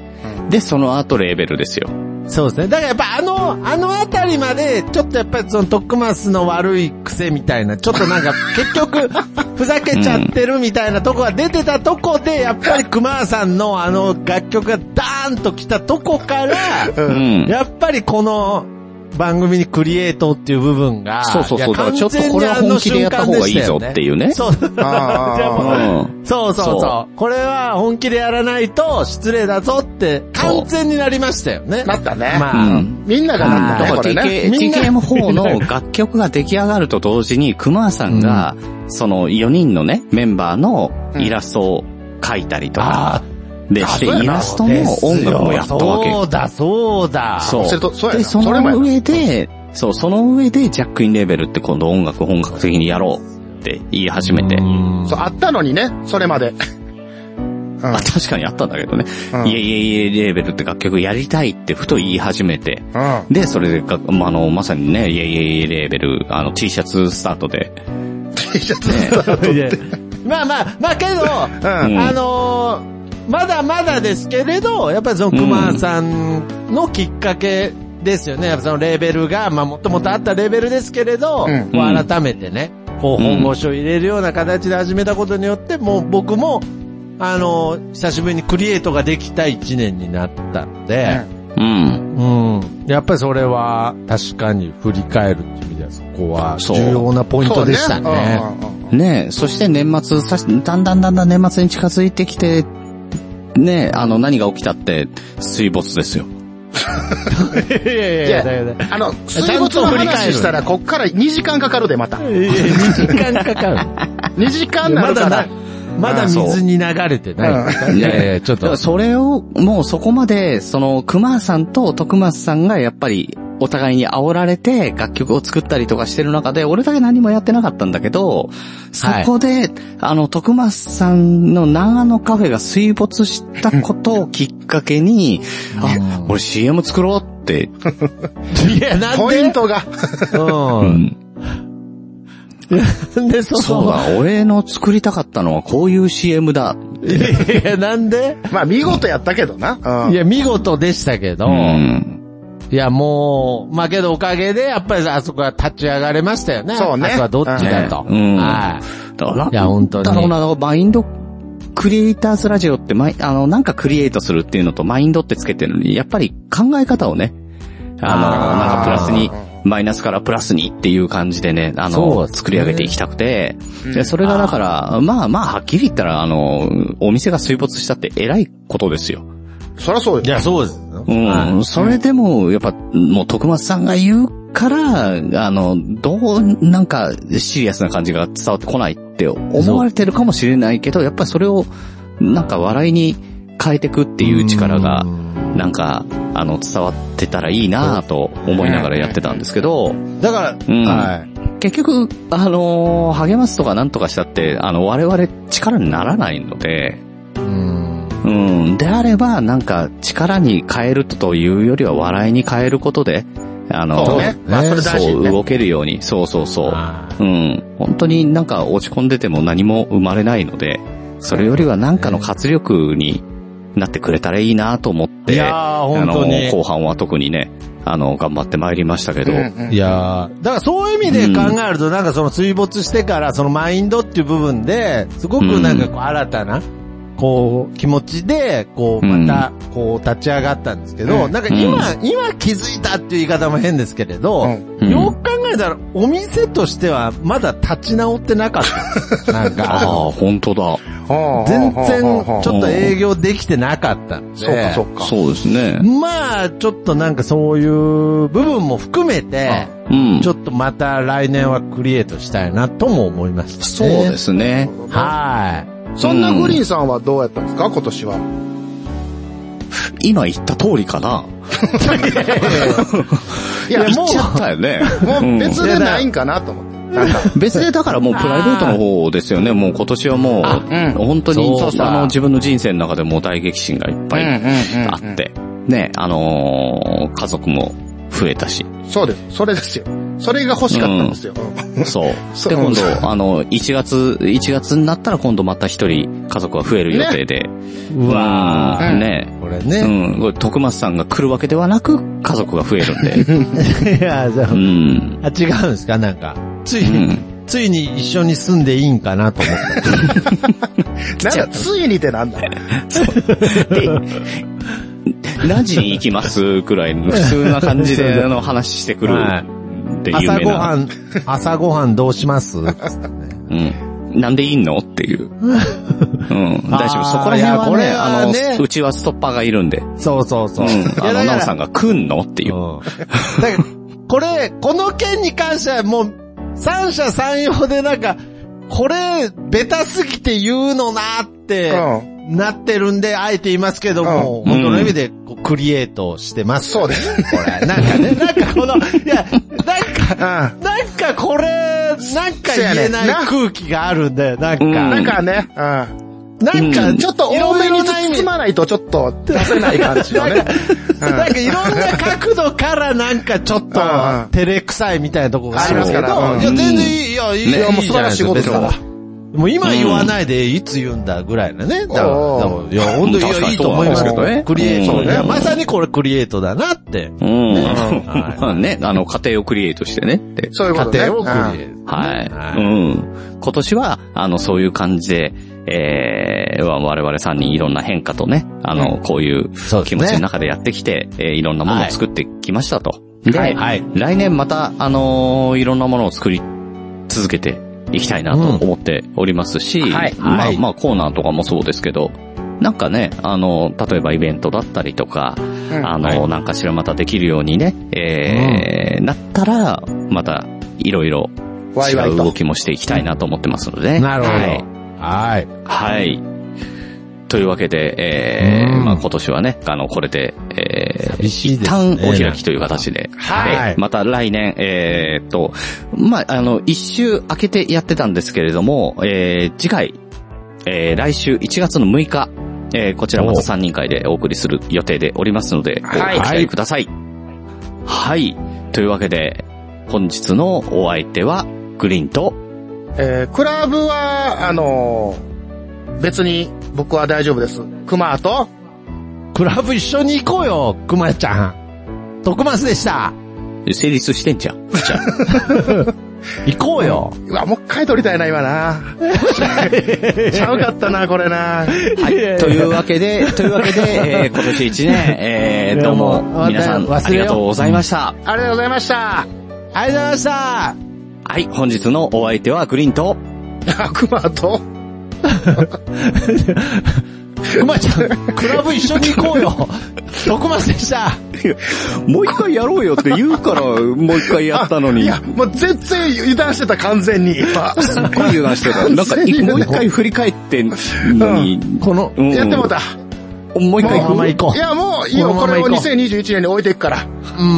A: で、その後レーベルですよ。
C: そうですね。だからやっぱあの、あのあたりまで、ちょっとやっぱりそのトックマスの悪い癖みたいな、ちょっ となんか結局、ふざけちゃってるみたいなとこが出てたとこで、やっぱり熊さんのあの楽曲がダーンと来たとこから、
A: うん。
C: やっぱりこの番組にクリエイトっていう部分が、
A: そうそうそう
C: いや
A: だからちょっとこれは本気でやった方がいいぞっていうね
C: 完全にあの瞬間でしたよねそう。
B: あー
C: やっぱ
A: うん
C: そうそうそう
A: そ
C: これは本気でやらないと失礼だぞって完全になりましたよね。
B: なったね。
C: まあ
A: うん
B: みんなが
A: だ
B: なったね、こ
A: から
B: れね。
A: TK
C: みんな
A: TKM4 の楽曲が出来上がると同時に、熊さんが、その4人のね、メンバーのイラストを描いたりとか、で、して、
B: そうやな
A: イラストも音楽もやったわけ。
C: そうだ、そうだ。
A: そう。
B: それとそうやな
A: で、そ
B: それもや
A: の
B: な
A: 上で、そう、その上でジャックインレーベルって今度音楽本格的にやろうって言い始めて。
B: そう、あったのにね、それまで。うん。
A: あ、確かにあったんだけどね。
B: うん
A: いえいえいえレーベルって楽曲やりたいってふと言い始めて。
B: うん。
A: で、それでが、まあ、あの、まさにね、いえいえいえレーベル、あの、T シャツスタートで。
B: ちょっとさ
C: いやまあまあ、まあけど、
B: うん。
C: あのーまだまだですけれど、やっぱりその熊さんのきっかけですよね。やっぱそのレーベルが、まあもともとあったレーベルですけれど、
B: うん
C: こう改めてね、こう本腰を入れるような形で始めたことによって、もう僕も、あのー久しぶりにクリエイトができた一年になったので、
A: うん。
C: うん。やっぱりそれは、確かに振り返るっていう意味では、そこは
A: そう
C: 重要なポイントでした
B: そう
C: ね。
B: うんうんうん
A: ねそして年末さし、だんだんだんだん年末に近づいてきて、ねあの、何が起きたって、水没ですよ。
C: いやいや
B: いや
C: だけど
B: あの、水没の話したら、こっから2時間かかるで、また。
C: いやいや2時間かかる。
B: 2時間な
C: ま
B: るか
C: だ
B: ら
C: な。、まだ水に流れてない。いやいや、ちょっ
A: だか
C: と
A: ら。それを、もうそこまで、その、熊さんと徳松さんがやっぱり、お互いに煽られて楽曲を作ったりとかしてる中で、俺だけ何もやってなかったんだけど、そこで、あの、徳松さんの長野カフェが水没したことをきっかけに、あ、俺 CM 作ろうって、
C: いや、なん
B: ポイン
C: で
B: トが。
A: う
C: うん。
A: ん
C: なんでそ
A: そう
C: こ
A: だ、俺の作りたかったのはこういう CM だ。
C: いやいや、なんで
B: まあ、見事やったけどな。うん
C: いや、見事でしたけど
A: う、ん。
C: いや、もう、まあけどおかげで、やっぱりあそこは立ち上がれましたよね。
B: そうね
C: あそこはどっちだと。
A: うん
C: はい。
A: だから、
C: いや、本当に。
A: だろうな、あのマインド、クリエイターズラジオって、まい、あの、なんかクリエイトするっていうのとマインドってつけてるのに、やっぱり考え方をね、あの、
C: あー
A: なんかプラスに、マイナスからプラスにっていう感じでね、あ
C: そう
A: の、
C: ですね
A: 作り上げていきたくて、
B: うん
A: で、それがだから、まあまあ、はっきり言ったら、あの、お店が水没したって偉いことですよ。
B: そりゃそう
C: い
B: よ。
C: や、そうです。
A: うん、それでも、やっぱ、もう徳松さんが言うから、あの、どう、なんか、シリアスな感じが伝わってこないって思われてるかもしれないけど、やっぱりそれを、なんか笑いに変えてくっていう力が、なんか、あの、伝わってたらいいなぁと思いながらやってたんですけど、
C: だから、
A: うん
C: はい。
A: 結局、あの励ますとかなんとかしたって、あの、我々力にならないので、
C: うん
A: うん。であれば、なんか、力に変えるというよりは笑いに変えることで、あの、
B: そうね。まあ、それ大事
A: そう
B: ね。
A: 動けるように、そうそうそう。
C: あ
A: うん。本当になんか落ち込んでても何も生まれないので、それよりはなんかの活力になってくれたらいいなと思っ
C: い
A: て、
C: やー、
A: あ
C: 本
A: の
C: 当、に。
A: 後半は特にね、あの、頑張って参りましたけ
B: う
A: ど、
B: んうん
C: いやーだからそういう意味で考えると、なんかその水没してから、そのマインドっていう部分で、すごくなんかこう新たな、こう、気持ちで、こう、
A: うん
C: また、こう、立ち上がったんですけど、
B: うん
C: なんか今、今気づいたっていう言い方も変ですけれど、
A: うん
C: よく考えたら、お店としてはまだ立ち直ってなかったんです。なん
A: あ
C: か、
A: あ、本当だ。
B: ほう
C: 全
B: ほうほう
C: 然、ち
B: ほうほ
C: ょ
B: う
C: っと営業できてなかったんで。
B: そうか、そうか。
A: そうですね。
C: まあ、ちょっとなんかそういう部分も含めて、
A: うん。
C: ちょっとまた来年はクリエイトしたいなとも思いました、ね。
A: そうで。すね。
C: は
B: そんなグリーンさんはどうやったんですか今年は。
A: 今言った通りかな。
B: いや、
A: 言
B: も
A: っちゃったよね。
B: う、 も
A: ん
B: う別でないんかなと思って。なんか、
A: 別でだからもうプライベートの方ですよね。もう今年はもう、
B: うん
A: 本当に、
C: そうだ
A: あの、自分の人生の中でもう大激震がいっぱい
B: うんうんうんうん
A: あって、ね、あのー家族も増えたし、
B: そうです。それですよ。それが欲しかったんですよ。
A: そう。
B: そう
A: で、今度、あの、1月、1月になったら今度また一人家族が増える予定で、
C: い。うわ
A: うん
B: うん
A: ね
C: ー。これ
A: う
C: ね。
A: ん、これ徳松さんが来るわけではなく、家族が増えるんで。
C: いや、じゃあ
A: う、ん。
C: あ違うんですかなんか。つい、
A: うん
C: ついに一緒に住んでいいんかなと 思った。
B: なんか、ついにってなんだ
A: で、何時に行きますくらいの普通な感じで、あの、話してくる
C: はい
A: って有名
C: 朝ご
A: な
C: は。ん、朝ごはんどうしますつってね
A: うん。なんでいいのっていう。うん。大丈夫。
C: あー
A: そこら辺はね、
C: いやこれ
A: あ
C: はね
A: の、うちはストッパーがいるんで。
C: そうそうそうう。
A: ん。あの、
C: いやだ
A: ナ
C: か
A: オ
C: ら
A: さんが来んのっていう。
C: うんだから、これ、この件に関してはもう、三者三様でなんか、これ、ベタすぎて言うのなって、
B: う
C: なってるんで、あえて言いますけども、
A: うん
C: 本当の意味で、こうクリエイトしてます。
B: そうです。
C: これ、なんかね、なんかこの、いや、なん
B: うん。
C: か、なんかこれ、なんか言えない空気があるんだよ、なんか。
A: うん
B: なんかね、う
C: なんか、
A: うん
B: ん。ちょっと多めに包まないとちょっと出せ ない感じのね。
C: なんかいろんな角度からなんかちょっと
B: うんうん、
C: 照れくさいみたいなとこがあるけど、
B: ありますからうん
C: いや、全然いい、いや、いい、
A: ね
C: いや
B: もう素晴らしいことですから
C: 別にもう今言わないで、いつ言うんだぐらいのね。だから、だ
B: お
C: からいや、本当に
A: 確か
C: い
A: に
C: いと思いますけど
A: そうなんですけどね
C: ね。クリエイ
A: そ
C: ト。
A: う
C: い
A: ね
C: や、まさにこれクリエイトだなって。
A: うん。
C: はい
A: まあ ね、あの、家庭をクリエイトしてねって。
B: そういう
C: 家
B: ことね。
C: 庭をクリエ
B: うん
C: イト。
A: はい。
C: は
A: うん。今年は、あの、そういう感じで、えー、我々3人いろんな変化とね、あの、こういう
C: そうですね
A: 気持ちの中でやってきて、えーいろんなものを作ってきましたと。で、
C: はいはい
A: 来年また、あのーいろんなものを作り続けていきたいなと思っておりますし、
C: はい
A: まあ
C: は、い
A: まあ、コーナーとかもそうですけど、なんかね、あの、例えばイベントだったりとか、
B: ん
A: あの、
C: は
A: なんかしらまたできるようにね、えーなったら、また、いろいろ
B: ワイワ
A: 違
B: イ
A: う動
B: と。
A: きもしていきたいなと思ってますので。
C: なるほど
A: はい。。
C: はい。
A: はい。というわけで、えー
C: うん
A: まあ今年はね、あの、これで、えー
C: 寂しいで
A: 一
C: す
A: 旦
C: ね
A: お開きという形で、
C: はい
A: えーまた来年、えーっと、まあ、あの、一周明けてやってたんですけれども、えー次回、えー来週1月の6日、えーこちらまた3人会でお送りする予定でおりますので、
B: はい
A: ご期待ください。はい。というわけで、本日のお相手は、グリーンと、
B: えークラブは、あのー別に僕は大丈夫です。クマと、
C: クラブ一緒に行こうよ、くまちゃん。徳松でした。
A: 成立してんじゃん。じゃあ
C: 行こうよ。
B: うわ、もう一回撮りたいな、今 な。ちゃうかったな、これな。
A: はい。というわけ で、というわけで、えー今年一年、えーどう
C: いやも
A: も、
C: う
A: 皆さ
C: 忘
A: ん
C: れよう
A: ありがとうございました。
B: ありがとうございました。
C: ありがとうございました。
A: はい、本日のお相手はグリーンと、
B: クマと、
C: くまちゃん、クラブ一緒に行こ うよ。徳松でした。
A: もう一回やろうよって言うから、もう一回やったのに
B: いや、もう全然油断してた、完全に。今
A: っごい油断してた。なんか、もう一回振り返ってんのに、
C: この、
A: うん
B: やってもうた。
A: もう一回
C: このまま
A: 行く。
C: 行こ。
B: いうや、もういいよ、
C: この
B: こ
C: まま
B: れ
C: 行
B: を
C: こう
B: 2021年に置いていく から。
C: うん。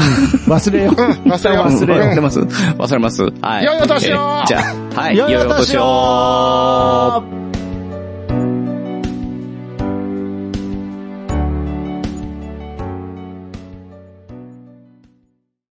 C: 忘れよう。
B: うん、忘れよう。
C: 忘れよう
A: 忘れます忘れます。はい。
B: 良いお年
A: え
B: を
A: ーじゃあ、はい、
C: 良いお
A: 良い
C: 年を
A: お年を
C: あー